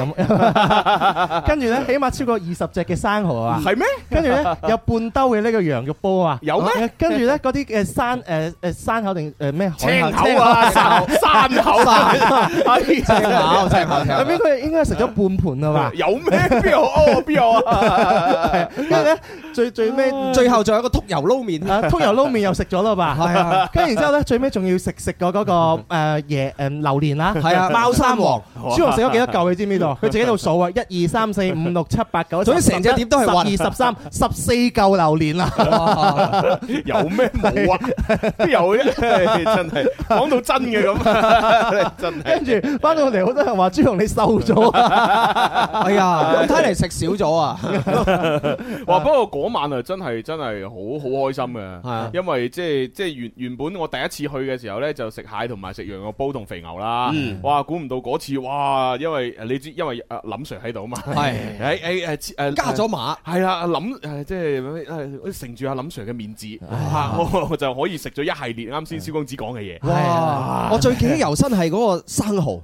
跟住咧，起碼超過二十隻嘅生蠔啊！
嗯係咩？
跟住咧有半兜嘅呢個羊肉煲啊！
有咩？
跟住咧嗰啲嘅山誒誒山口定誒咩海口
青口啊山山口啊哎呀
啊
口
青口青口
後邊佢應該食咗半盤啊嘛？
有咩？邊有哦？邊有啊？
跟住咧，最最尾
最後仲有個禿油撈麵
啊，禿油撈麵又食咗啦吧？
係啊
跟住然之後咧，最尾仲要食食個嗰個誒椰誒榴蓮啦，
係啊貓山王
朱紅食咗幾多嚿？你知唔知 道？佢自己喺度數啊，一二三四五六七八九，
總之成隻碟都係
十
雲
二十三十四嚿榴蓮啊
啊
啦。
有咩冇啊？邊有啫？唉真係講到真嘅咁，真係。
跟住翻到嚟，好多人話朱紅你瘦咗 啊！
哎呀，咁睇嚟食少咗啊！
哇！不過嗰晚啊，真係真係好好開心嘅，因為即係即係原原本我第一次去嘅時候呢，就食蟹同埋食羊肉煲同肥牛啦
嗯。
哇！估唔到嗰次哇，因為你知因為啊林 Sir 喺度啊嘛，
係
誒誒誒誒
加咗碼
係啦，阿林誒即係誒承住阿林 Sir 嘅面子，啊我我就可以食咗一系列啱先蕭公子講嘅嘢。
哇！我最記憶猶新係嗰個生蠔，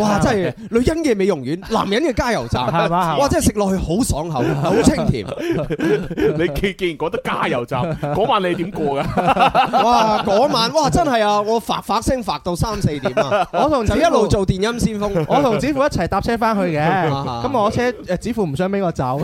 哇！真啊係女人嘅美容院，男人嘅加油站，
係嘛係嘛
哇！真係食落去好爽口，好清甜。
你既既然講得加油站，嗰晚你點過㗎？
哇！嗰晚哇真係啊，我發發聲發到三四點 啊！
我同
就
子
一
富
路做電音先鋒，
我同子富一齊搭車翻去嘅，
啊
咁我車誒子富唔想俾我走，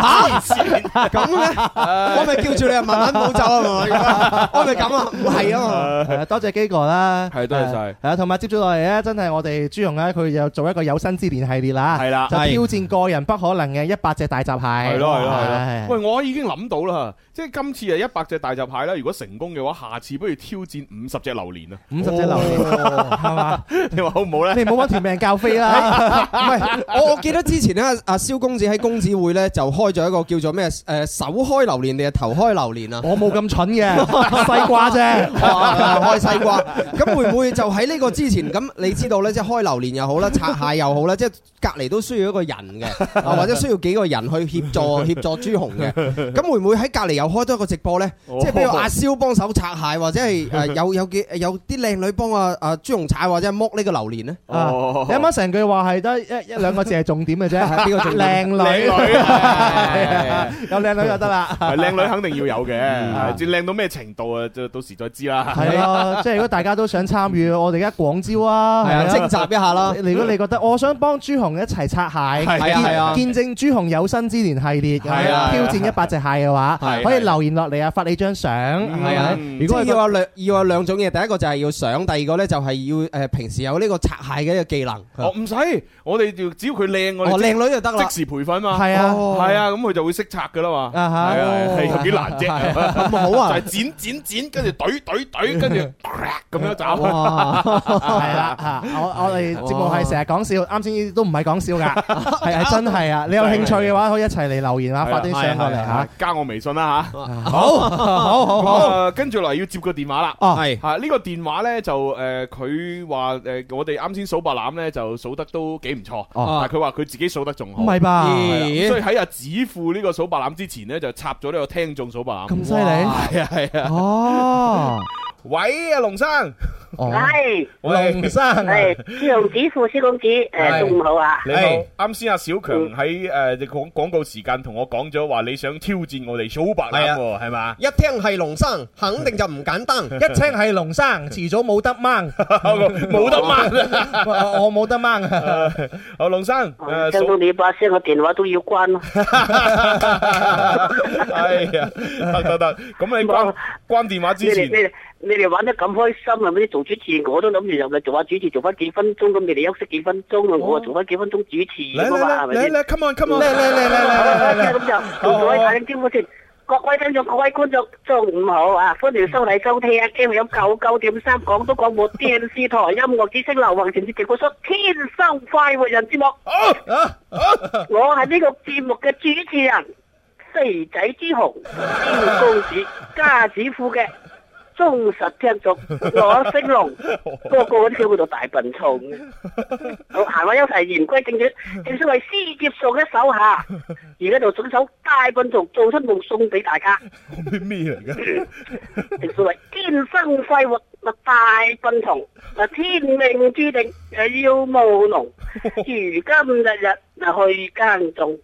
嚇 咁咩？我咪叫住你啊慢慢冇走啊嘛！我咪咁啊，唔係啊嘛。
誒多謝基哥啦，
係多謝晒
係啊，同埋接住落嚟咧，真係我哋朱紅咧，佢又做一個有生之年系列啦，
係啦
就
係
挑戰個人不可能嘅一百隻大閘蟹，
係咯係咯係
係啊
咯。喂，我已經諗到啦，即係今次係一百隻大閘蟹啦。如果成功嘅話，下次不如挑戰五十隻榴蓮啊！
五十隻榴蓮
哦
係嘛？
你話好唔好咧？
你唔好揾條命教飛 啦，
哎
唔係， 我我記得之前咧，阿蕭公子喺公子會咧就開咗一個叫做咩誒首開榴蓮定係頭開榴 蓮啊？
我冇咁蠢嘅，西瓜啫。
哦
開西瓜。咁會唔會就喺呢個之前咁？你知道咧，即係開榴蓮又好啦，拆蟹又好啦，即係隔離都需要一個人嘅， 啊或者需要幾個人去協助協助朱紅嘅。咁會唔會喺隔離又開多一個直播咧？
哦
即係譬如阿蕭幫手拆蟹，或者 係誒有有幾有啲靚女幫阿阿朱紅踩，或者係剝呢個榴蓮咧？
啊！
哦
你啱啱成句話係得一一兩個字係重點嘅 啫，
邊個重點
靚女，
靚女啊
係有靚女就得 啦。
係靚女肯定要有嘅，至靚到咩程度啊？就到時再知啦。
係啊，即係如果大家都想參與，我哋而家廣招啊，
係啊徵集一下啦
如果你覺得我想幫朱紅一齊拆蟹，
係啊係啊
見見證朱紅有生之年系列，
係啊
挑戰一百隻蟹嘅話
係啊，
可以留言落嚟啊，發你張相，
係
係
啊
啊，，
如
如果
果要有兩要有兩種嘢，第一個就係要上，第二個咧就係要誒呃平時有呢個拆蟹嘅一個技能。
哦，唔使，我哋就只要佢靚，我
哦
哋
靚女就得啦
即時培訓嘛。
係啊哦
係啊，咁佢就會識拆噶啦嘛。
啊哈
係啊，係有幾難啫？
係啊咁好啊
就係剪剪剪，跟住懟懟懟，跟住咁樣斬。
哇！ 係啦，啊我我哋節目係成日講笑，啱先都唔係講笑 㗎，係係真係啊！你有興趣嘅話，可以一齊嚟留言啊，
係
發
啦
啲相過嚟嚇。，
加我微信啦吓。
好好好好
咁啊跟住嚟要接個電話啦。
哦
係吓呢個電話咧就诶，佢話诶，我哋啱先數白欖咧就數得都幾唔錯，但
哦
係佢話佢自己數得仲好。
唔係
啊
吧
係
咦
啦所以喺阿子富呢個數白欖之前咧，就插咗呢個聽眾數白欖。
咁犀
哇
利
係啊係啊。
哦，
喂啊，龍生。
係
龍生
係朱紅子、富小公子，
係
哎
誒中午好啊！
你好，啱先阿小強喺誒你廣廣告時間同我講咗話，你想挑戰我哋數白欖喎， 係嘛？
一聽係龍生，肯定就唔簡單。
一青係龍生，遲早冇得掹，
冇 得 掹
我我冇得掹。啊
好，龍生，誒
聽到你把聲，我電話都要關 咯。
哎呀，得得得，咁你關關電話
你
之
哋
前
你。哋你哋玩得咁開心啊！嗰啲做主持，我都諗住入嚟做下主持，做翻幾分鐘咁，你哋休息幾分鐘，我啊做翻幾分鐘主持咁啊嘛，係咪先？
，come on
come
on，
嚟嚟嚟
Ờ,
嚟嚟嚟，咁就 同各位睇聽先。各位聽眾、各位觀眾，中午好
à,
啊！歡迎收睇收聽 FM 九九點三廣東廣播電視台音樂之聲流行城市直播室《天生快活人》節目。我係呢個節目嘅主持人，肥仔之紅、蕭公子、家子富嘅忠實聽眾，我姓龍，個個都叫佢做大笨蟲。 好，閒話休提，言歸正傳，正所謂師接送一手下，而家就準手大笨蟲做出夢送俾大家。
咩 嚟
嘅？正所謂天生快活，咪大笨蟲，咪天命注定誒要務農。如今日日咪去耕種，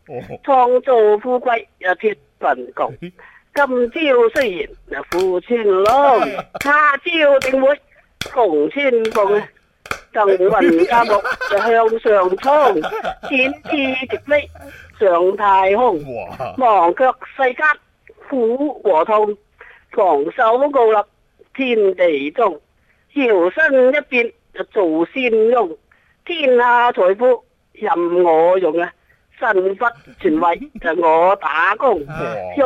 創造富貴又脱貧窮。今朝雖然嗱富穿窿，他朝定會窮穿鳳。更雲加木就向上衝，展翅直飛上太空。 忘卻世間苦和痛，昂首傲立天地中，搖身一變就做仙翁，天下財富任我用啊！神不全位就我打工，玉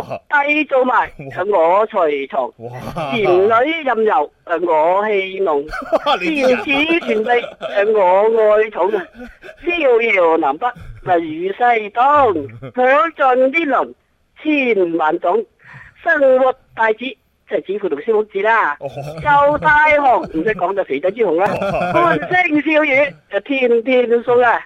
帝做埋就我隨從，
哇
贤女任由誒我戲弄，
你啲人
天子傳地誒我愛寵啊！逍遙南北咪與西東，享盡啲輪千萬種，生活大志。即係指父同蕭公子啦，周大雄唔使講就肥仔之雄啦，歡聲笑語就天天送啊！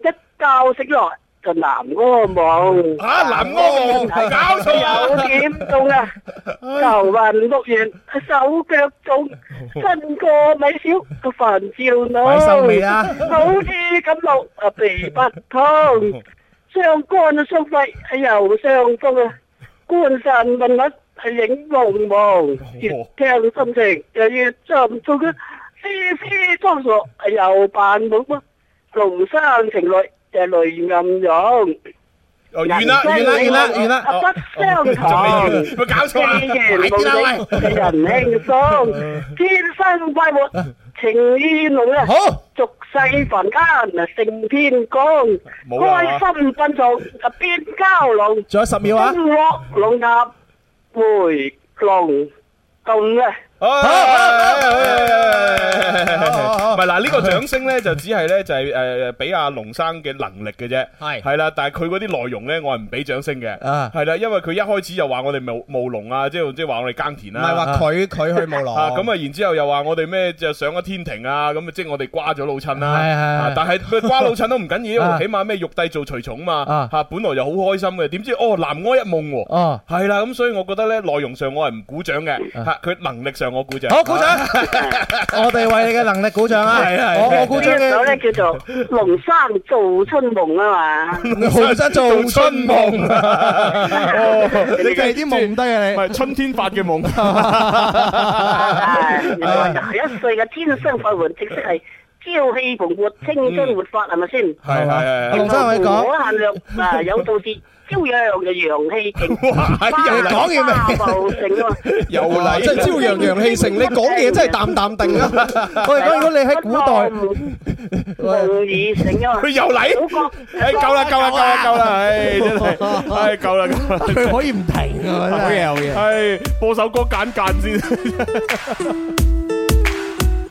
一覺醒來就南柯望。
啊南柯望搞錯啊
九點鐘啊，頭暈目眩，手腳腫，身個米少個煩躁惱。
擺手尾啦
好似感冒啊鼻不通，傷肝傷肺又傷風啊，官神民物係影朦朦，越聽心情就越沉重啊，痴痴裝傻又扮懵啊。龍生情侶就淚暗湧。
哦
Dạ,
完啦完啦完啦完啦
啊不相
ờ,
同，
仲未完咪搞錯啊
既然無
快
理
啲啦喂
人輕鬆，天生快活情意濃啊！好，俗世凡間啊勝天公，
冇啦
開心奔做啊變蛟龍，
仲有十秒啊
金鑊龍鴨回龍洞啊！
Ờ. 唔係嗱，呢個掌聲咧就只係咧就係誒俾阿龍生嘅能力嘅啫，係係啦，但係佢嗰啲內容咧，我係唔俾掌聲嘅，
啊
係啦，因為佢一開始就話我哋務務農啊，即係即係話我哋耕田
唔
啦，
係話佢佢去冇
啊
攞。
咁啊，然之後又話我哋咩就上咗天庭啊，咁啊即係我哋瓜咗老襯啦。
係係係
啊但係瓜老襯都唔緊要，
啊
起碼咩玉帝做隨從嘛
啊，
嚇本來就好開心嘅，點知哦南柯一夢喎
哦，
係啦，咁所以我覺得咧內容上我係唔鼓掌嘅，嚇佢能力上我鼓掌。
好鼓掌 我哋為你嘅能力鼓掌啊！
係係
我我鼓
呢
掌
一首
嘅。
咧叫做《龍生做春夢》啊 嘛。
龍生做春夢
哦
你真係啲夢唔低 啊！你
唔係春天發嘅夢。
哎係一歲嘅天生快活，正式係朝氣蓬勃、青春活發，係咪先？
係係
然
係
後
龍 生我同你講
無可限量啊，有道是朝陽就陽氣盛，
你講嘢咩
花茂盛啊嘛！
又
嚟，真係朝陽陽氣盛，你講嘢真係淡淡定 啊！
我哋講，如果你喺古代，
夢已成啊嘛！
佢又嚟
祖國
誒夠啦夠啦夠啦夠啦，唉真係，唉夠啦夠啦，
佢可以唔停啊！真係
係播首歌簡簡先。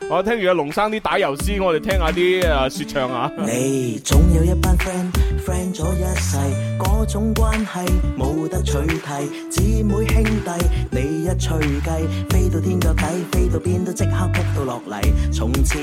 我聽完阿龍生啲打油詩，我哋聽下啲诶说唱啊。
你總有一班 friend，friend 咗一世，嗰種關係冇得取替。姊妹兄弟，你一吹雞，飛到天腳底，飛到邊都即刻撲到落嚟。從前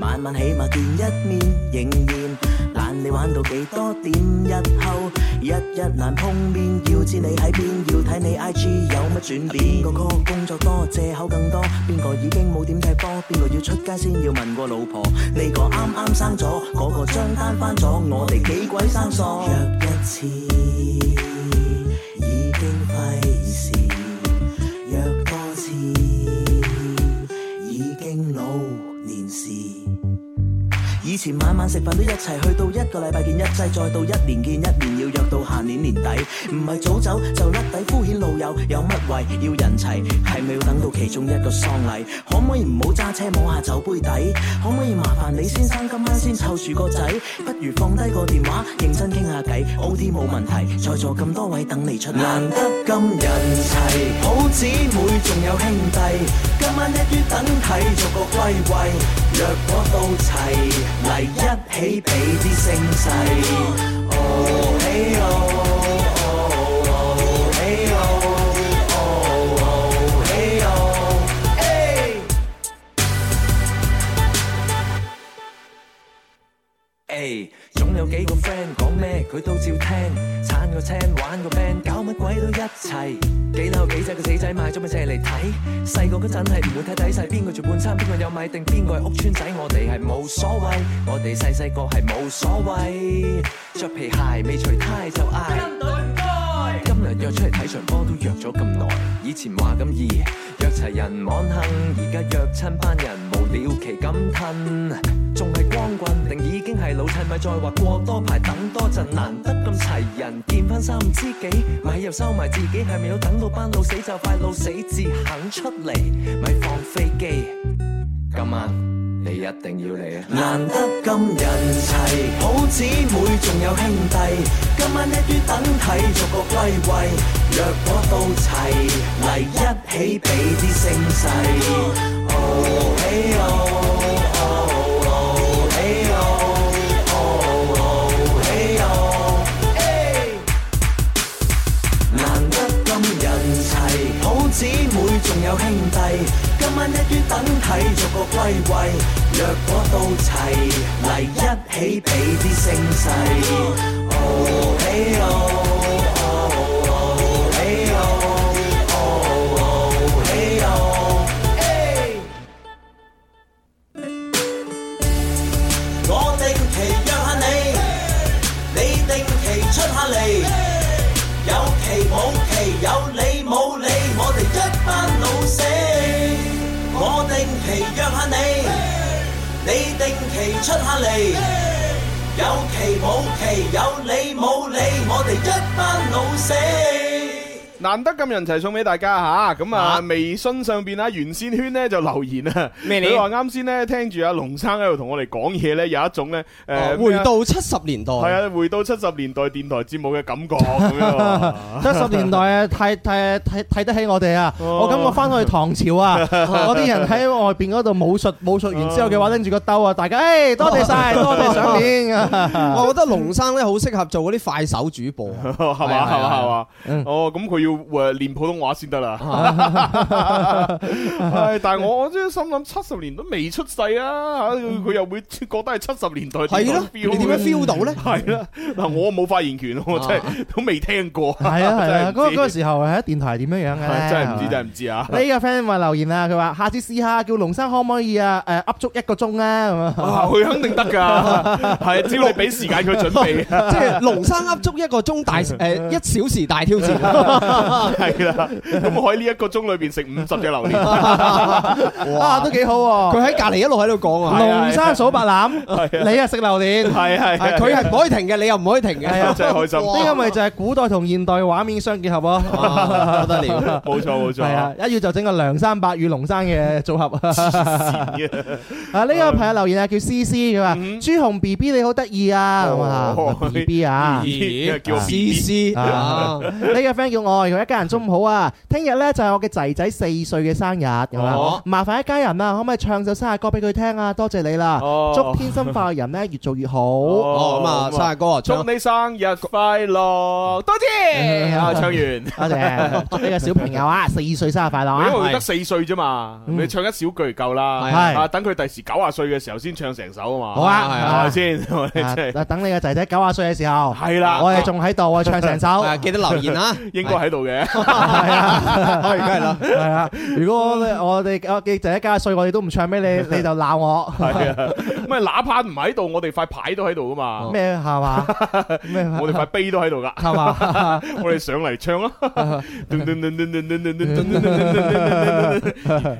晚晚起碼見一面，仍然懶你玩到幾多點？日後日日難碰面，要知你喺邊，要睇你 IG 有乜轉變。邊個 call 工作多，借口更多，邊個已經冇點睇波，邊個要出街先要問個老婆。呢個啱啱生咗，嗰、個張單翻咗，我哋幾鬼生疏。約一次已經費事，約多次已經老年事。以前晚晚食飯都一齊，去到一個禮拜見一劑，再到一年見一年，要約到下年年底。唔係早走就甩底，敷衍老友，有乜謂要人齊？係咪要等到其中一個喪禮？可唔可以唔好揸車摸下酒杯底？可唔可以麻煩李先生今晚先湊住個仔？不如放低個電話，認真傾下偈，OT 冇問題，在座咁多位等你出嚟。難得咁人齊，好姊妹仲有兄弟，今晚一於等睇，逐個歸位。若果到齊，嚟一起俾啲聲勢。哦嘿哦哦嘿哦哦嘿哦嘿。誒，總有幾個 friend 講咩佢都照聽，撐個 chain 玩個 band，搞乜鬼都一齊。幾樓幾仔個死仔買咗咪借嚟睇，細個嗰陣係唔會睇底細，邊個住半山，邊個有米定邊個係屋村仔，我哋係冇所謂，我哋細細個係冇所謂，着皮鞋未除呔就嗌。今日約出嚟睇場波都約咗咁耐，以前話咁易，約齊人網幸，而家約親班人無了期咁吞，仲係光棍定已經係老襯，咪再話過多排等多陣，難得咁齊人，見翻三五知己，咪又收埋自己，係咪要等到班老死就快老死至肯出嚟，咪放飛機，今晚。你一定要嚟啊！難得咁人齊，好姊妹仲有兄弟，今晚一於等睇，逐個歸位。若果到齊，嚟一起俾啲聲勢。哦嘿哦，哦哦嘿哦，哦哦嘿哦，嘿。難得咁人齊，好姊妹仲有兄弟，今晚一於等睇，逐個歸位。若果到齊，嚟一起俾啲聲勢。哦嘿哦，哦嘿哦，哦嘿哦，嘿。我定期約下你，你定期出下嚟。有期冇期，有理冇理，我哋一班老死。我定期約下你，你定期出下嚟。有期冇期，有理冇理，我哋一班老死。
難得咁人齊送俾大家吓，咁啊微信上邊啊袁善圈咧就留言啊，
咩料
佢話啱先咧聽住阿龍生喺度同我哋講嘢咧，有一種咧誒
回到七十年代。
啊係啊，回到七十年代電台節目嘅感覺 咁樣啊。
七十年代 啊，睇睇睇睇得起我哋啊！我感覺翻去唐朝 啊，嗰啲人喺外邊嗰度武術武術完之後嘅話，拎住個兜啊，大家誒多謝 晒，多謝賞面啊！
我覺得龍生咧好適合做嗰啲快手主 播，係啊
嘛係嘛係嘛，哦咁佢要誒練普通話先得啦。唉，但係我我真係心諗七十年都未出世啊，嚇佢又會覺得係七十年代
係咯你點樣 feel 到咧
啊係啦，嗱我冇發言權，我真係都未聽過。
係啊係啊，嗰
真係
個
唔
嗰
知
個時候喺電台點樣樣嘅咧？
真係唔
係
知
嘛
真係唔知啊。
呢個 friend 話留言啊，佢話下次試下叫龍生可唔可以啊？誒，噏足一個鐘咧咁啊！
啊佢肯定得噶，係只要你俾時間佢準備。
即係龍生噏足一個鐘大 誒一小時大挑
啊
戰。
係啦，咁我喺呢一個鐘裏边食五十隻榴莲，
啊，都幾好喎！
佢喺隔離一路喺度講啊，
龍生數白
係
欖，
啊
你啊食榴蓮，
係係係
佢係唔可以停嘅，你又唔可以停嘅，
係啊真係開心
呢個咪就係古代同現代畫面相結合喎，
啊
啊哇不得了
冇錯冇錯
係啊，一要就整個梁山伯與龍山嘅組 合。啊！呢個朋友留言啊，叫思思，佢話朱紅 B B 你好得意啊，咁啊
嗯哦
，B B 啊
咦叫我
BB
啊呢個 friend 叫愛為佢一家人中午好啊！聽日呢，就係我嘅仔仔四歲嘅生日，咁樣
哦
麻煩一家人啊，可唔可以唱首生日歌俾佢聽啊？多謝你啦！
哦
祝天生快活人呢越做越好。
啊
哦，
啊
祝你生日快樂，多
嗯
謝。啊，唱完，
多謝，祝你個小朋友啊，四歲生日快樂 啊！嗯
因為佢得四歲啫嘛，你唱一小句夠啦。
係
啊，等佢第時九啊歲嘅時候先唱成首啊嘛。
好啊係 啊
係 咪先？真係
啊等你個仔仔九啊歲嘅時候，
係啦
我哋仲喺度啊，唱成 首，
應該喺度嘅。
梗 係啦，啊係啊！如果我哋我哋啊我嘅仔一家歲，我哋都唔唱俾你，你就鬧我。
係啊，咁啊，哪怕唔喺度，我哋塊牌都喺度噶嘛。
咩係嘛？咩
我哋塊碑都喺度噶，
係嘛？
我哋上嚟唱啦，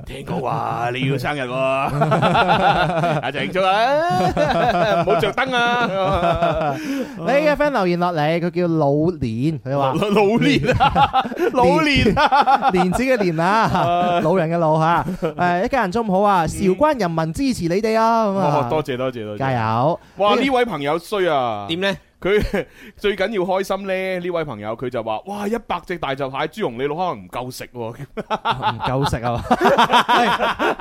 聽講話你要 生日喎，阿鄭祝啊，唔好着燈啊！
你嘅 friend 留言落嚟，佢叫老年，佢話
老老年啊，老年 啊，
年子嘅年啊，老人嘅老嚇。誒，一家人中午好啊！韶關人民支持你哋啊！咁
哦
啊，，
多謝多謝多謝，
加！油！
哇，呢位朋友衰啊，
點呢？
佢 最緊要開心呢，呢位朋友佢就話：，哇，一百隻大閘蟹，朱紅你老可能唔夠食喎。
唔夠食啊！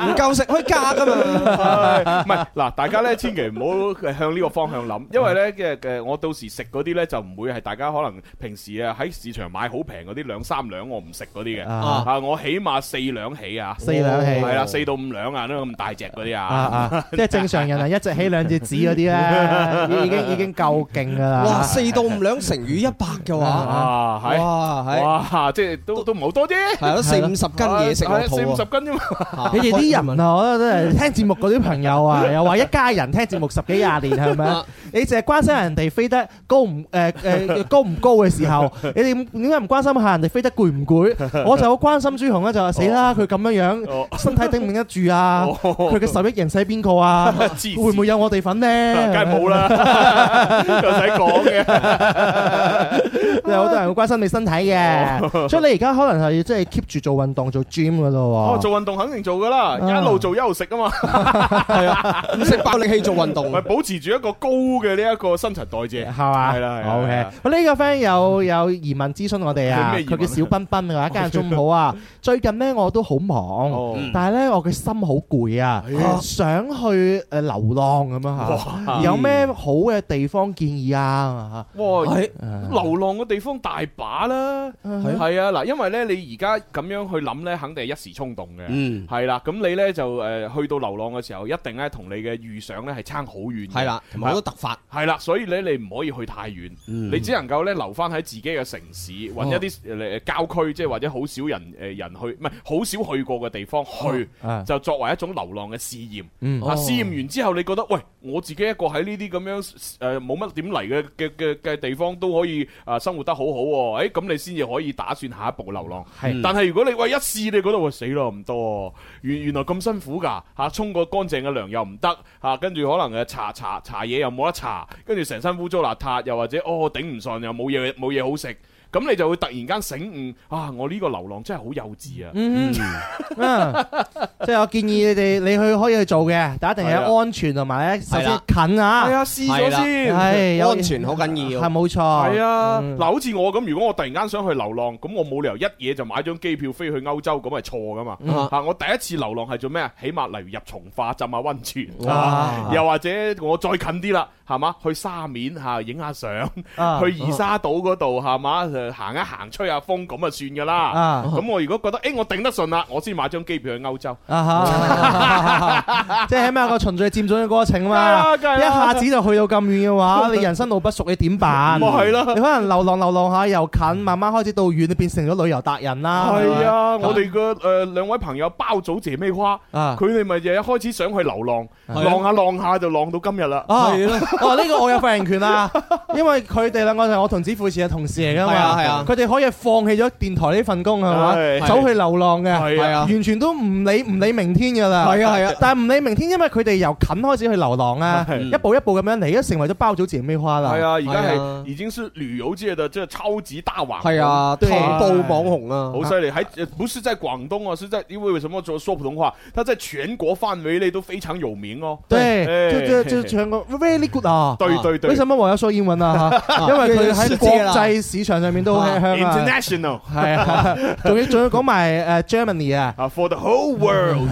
唔夠食可以加噶嘛？
唔係嗱，大家咧千祈唔好向呢個方向諗，因為咧嘅嘅我到時食嗰啲咧就唔會係大家可能平時啊喺市場買好平嗰啲兩三兩我唔食嗰啲嘅，
啊
啊我起碼四兩起啊，
四兩起
係啦，四到五兩啊，呢咁大隻嗰啲
啊啊
啊，！
即係正常人啊，一隻起兩隻指嗰啲咧，已已經已經夠勁噶啦。
哇，四到五兩成以一百嘅話，
啊，係
哇係
哇，即係都都唔好多啫，
係咯四五十斤嘢食落
係
肚啊
四五 十斤啫嘛，
你哋啲人啊，我覺 得真係聽節目嗰啲朋友啊，又話一家人聽節目十幾廿年係咪
啊？
你淨係關心人哋飛得高唔誒誒 高唔高嘅時 候，你哋點解唔關心下人哋飛得攰唔攰？我就好關心朱紅啊咧，就話死
哦
啦，佢咁樣樣，身體頂唔頂得住啊？佢嘅十億人使邊個啊？
黐線
會唔會有我哋份呢？
梗係冇啦，又使講嘅。
有好多人會關心你身體嘅，所以你而家可能係即係 keep 住做運動做 gym 噶咯
哦，
喎。
做運動肯定做噶啦，一路做一路食啊嘛，係
啊，唔食爆力氣做運 動，
咪保持住一個高嘅呢一個新陳代謝，
啊
係
嘛？
係啦，係啦
O
係
K，
啦
呢個 friend 有有疑問諮詢我哋啊
佢，咩疑問
佢叫小彬彬啊，一家人中午好啊。最近呢，我都好忙，
哦
嗯
嗯
但係呢，我嘅心好攰啊，想去誒流浪咁樣嚇。
哇
有咩好嘅地方建議啊？
哇！
哎
係
流浪嘅地方大把啦，
嗯
係啊嗱，因為咧你而家咁樣去諗咧，肯定係一時衝動嘅，
嗯
係啦。咁你咧就呃誒去到流浪嘅時候，一定咧同你嘅預想咧係差好遠嘅，
係啦同埋好多突發，
係啦。所以咧你唔可以去太遠，
嗯
你只能夠咧留翻喺自己嘅城市，揾
哦
一啲誒郊區，即係或者好少人誒人去，唔係好少去過嘅地方去
啊，
就作為一種流浪嘅試驗。
嗯
啊
哦
試驗完之後，你覺得喂，我自己一個喺呢啲咁樣誒冇乜點嚟嘅嘅嘅嘅地方都可以啊生活得好好喎，誒咁你先至可以打算下一步流浪。
係
但係如果你喂一試，你覺得喂死咯唔多喎，原原來咁辛苦㗎嚇，沖個乾淨嘅涼又唔得嚇，跟住可能誒搽搽搽嘢又冇得搽，跟住成身污糟邋遢，又或者哦頂唔順又冇嘢冇嘢好食。咁你就會突然間醒悟啊！我呢個流浪真係好幼稚啊！
嗯，嗯，即係我建議你哋，你去可以去做嘅，但一定
係
係
啊
安全同埋咧，首
係
先
啦
近啊，
係啊試咗先
係有
安全好緊要
係冇錯，
係啊，
嗯
嗱，好似我咁，如果我突然間想去流浪，咁我冇理由一嘢就買張機票飛去歐洲，咁係錯噶嘛
嗯。
嚇，我第一次流浪係做咩啊？起碼例如入從化浸下温泉，
哇
又或者我再近啲啦，係嘛？去沙面嚇影下相，
啊
去二沙島嗰度係嘛？誒行一行吹下風咁啊算噶啦
啊。
咁我如果覺得誒我頂得順啦，我先買張機票去歐洲。
啊 哈！即係起碼有個循序漸進嘅過程嘛，
梗係啦
一下
啊
子啊就去到咁遠嘅 話，你人生路不熟，你點辦？
咪係咯
你可能流浪流浪下又近，慢慢開始到遠，你變成咗旅遊達人啦。
係啊，我哋個誒兩位朋友包祖姐咩花，
啊
佢哋咪就一開始想去流浪，
係啊
浪下浪下就浪到今日啦。
啊，哦呢個我有發言權 啦，因為佢哋兩個係我同子富士嘅同事嚟噶
係啊
嘛，
係啊
佢哋可以放棄咗電台呢份工係嘛
係，
走去流浪嘅，
係啊
完全都唔理唔理明天噶啦，
係啊係啊
但係唔理明天，因為佢哋由近開始去流浪啊，
係
一步一步咁樣嚟，而家成為咗包祖姐妹花啦，
係啊，而家係已經是旅遊界的即係超級大網紅。
係啊，
對
淘寶網紅啊，
好犀利，喺呃不是在廣東啊，是在因為為什麼說說普通話，它在全國範圍內都非常有名哦。
對，
哎
就就就全國 very good 啊，
對對對
為什麼我有蘇燕文啊？
啊
因為佢喺
世
國
界啦
際市場上面都好吃香啊
International
係啊，仲要仲要講埋誒 Germany 啊
，For the whole world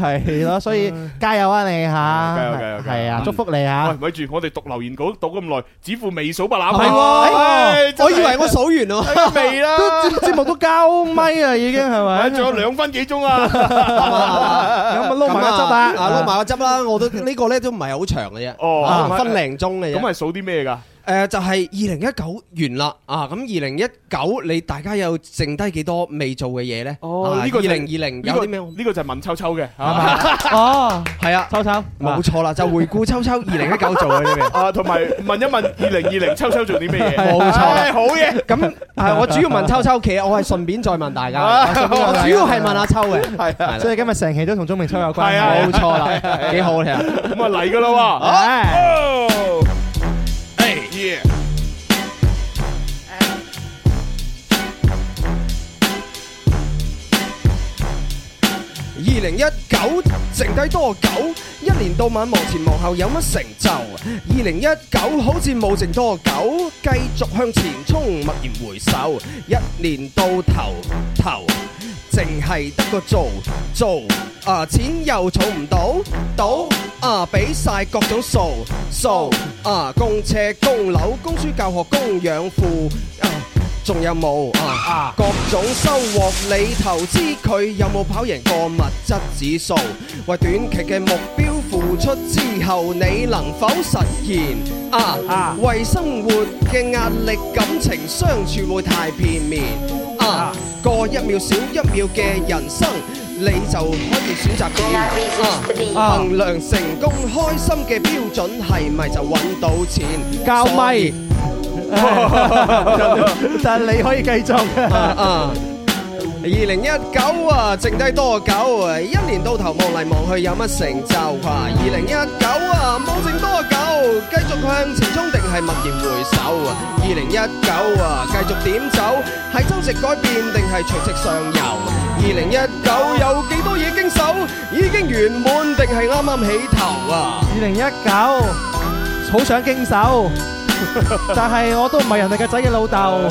係咯，所以加油啊你嚇，
加油加油加油
係啊，祝福你嚇。
喂，咪住，我哋讀留言稿讀咁耐，只付未數白攬
係喎哎我以為我數
完咯
未啦，
都節節目都交咪啊，已經 係咪？
仲有兩分幾鐘啊！
咁啊撈埋個汁啊！
啊撈埋個汁啦！我都呢個咧都唔係好長嘅啫，
哦
啊分零鐘嘅啫。
咁係數啲咩㗎？
誒就係二零一九完啦啊！咁二零一九你大家有剩低幾多未做嘅嘢咧？
哦呢個
二
就
零二零
呢個
有啲咩？
呢個就係問秋秋嘅，
哦，
係啊，
秋秋
冇錯啦，就回顧秋秋二零一九做嘅啲咩？
啊，同埋問一問二零二零秋秋做啲咩嘢？
冇錯
唉好嘢。
咁係我主要問秋秋，其實我係順便再問大 家，我主要係問阿秋嘅，係啊
所以今日成期都同鍾明秋有關，
係啊
冇錯
係啊係
啦，
啊
幾好你啊！
咁啊嚟噶 啦喎！哎耶！
二零一九剩低多久？一年到晚幕前幕後有乜成就？二零一九好似冇剩多久，繼續向前衝，默然回首。一年到頭頭，淨係得個做做啊，錢又儲唔到，到啊俾晒各種數數啊，供車供樓供書教學供養父啊。仲有冇啊？各種收穫，你投資佢有冇跑贏過物質指數？為短期嘅目標付出之後，你能否實現啊？為生活嘅壓力，感情相處會太片面啊！過一秒少一秒嘅人生，你就可以選擇佢啊！衡量成功開心嘅標準係咪就揾到錢？
交咪。但你可以繼續。
啊！二零一九啊，剩低多久啊？一年到頭望嚟望去有乜成就啊？二零一九啊，冇剩多久，繼續向前衝定係默然回首啊？二零一九啊，繼續點走？係增值改變定係垂直上游？二零一九有幾多嘢經手？已經圓滿定係啱啱起頭啊？
二零一九，好想經手，但係我都唔係人哋嘅仔嘅老豆。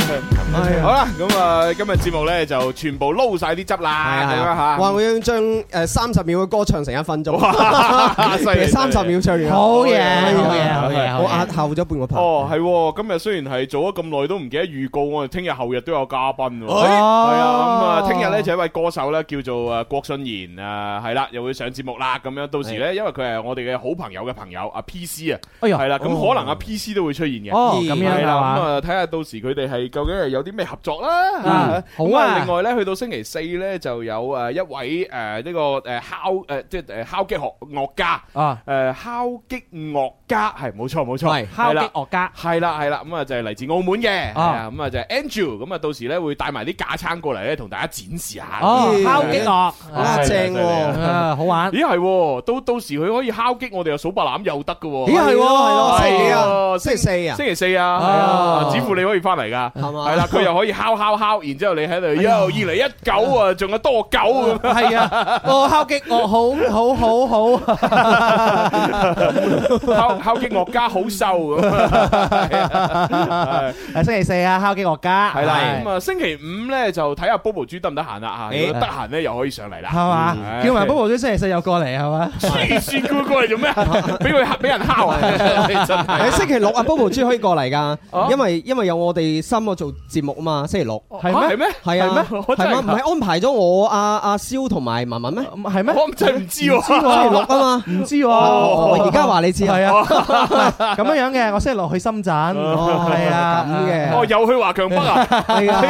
係
好啦，咁啊，今日節目咧就全部撈晒啲汁啦，咁樣吓。
哇！我要將誒三十秒嘅歌唱成一分
哇 犀利
鐘，三十秒唱完，
好嘢
à,
好嘢好嘢好嘢
我壓後咗半個拍。
哦，係喎，今日雖然係做咗咁耐都唔記得預告，我哋聽日後日都有嘉賓喎。
哎
係啊，咁啊，聽日咧就一位歌手咧叫做啊郭信賢啊，係啦，又會上節目啦。咁樣到時咧，因為佢係我哋嘅好朋友嘅朋友啊 PC 啊，
哎呀
係啦，咁
哦
可能啊 PC 都會出現嘅。
哦咁樣
係
啊
啦，
嘛
咁啊睇下到時佢哋係究竟係有啲咩合作啦。
嗯
啊
好啊
咁另外咧，去到星期四咧就有誒一位誒呢個誒敲誒即係誒敲擊樂樂家
啊
誒敲擊樂家係冇錯冇錯。
係敲擊樂家
係啦係啦，咁啊就係嚟自澳門嘅，係
啊
啊咁啊就係 Andrew，咁啊到時咧會帶埋啲架撐過嚟咧，同大家展示下。
哦
咦
敲擊樂啊
係
正喎
真係
啊好玩
咦係喎，到到時佢可以敲擊我哋又數白欖又得嘅喎。
咦係喎係咯，星期幾
係喎
啊？星期四啊？
星期四啊，係啊，子富你可以翻嚟噶，係
嘛
啦，佢又可以敲敲敲，然之後你喺度，喲，二零一九啊，仲有多久咁？
係啊，我敲擊我好好好好。
敲敲擊樂家好瘦咁啊。
誒星期四啊，敲擊樂家
係啦，咁啊星期五咧就睇下 Bobo 豬得唔得閒啦吓，啊
誒
如果得閒咧又可以上嚟啦，
係嘛
嗯？
叫埋 Bobo 姐星期四又過嚟係嘛？
黐線佢過嚟做 咩？啊俾佢嚇俾人敲 啊！真
喺
係
星期六啊，Bobo 豬可以過嚟㗎，
哦
因為因為有我哋三個做節目啊嘛，星期六
係咩係咩
係
à.
啊，
係咩我真係
係咩？唔係安排咗我阿阿蕭同埋文文咩？
係咩？
我真係唔知喎
星期六啊嘛，
唔知喎。
我而家話你知啊
係啊，咁樣樣嘅，我星期六去深圳，
哦
係啊，哎
咁嘅
哦，又去華強北啊！
係啊，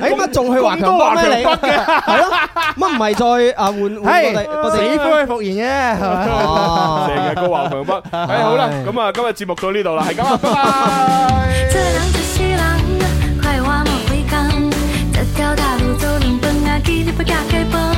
誒乜仲去華強北咩你？
咁多華強北嘅
係咯，乜唔係再啊換換個地個
死
地
灰復燃啫，係咪？
成日高華強北， 誒好啦，咁啊今日節目到呢度啦，係咁啊，拜拜。
这两只西郎，快话莫回港，这条大路走能奔啊，给你不加开帮。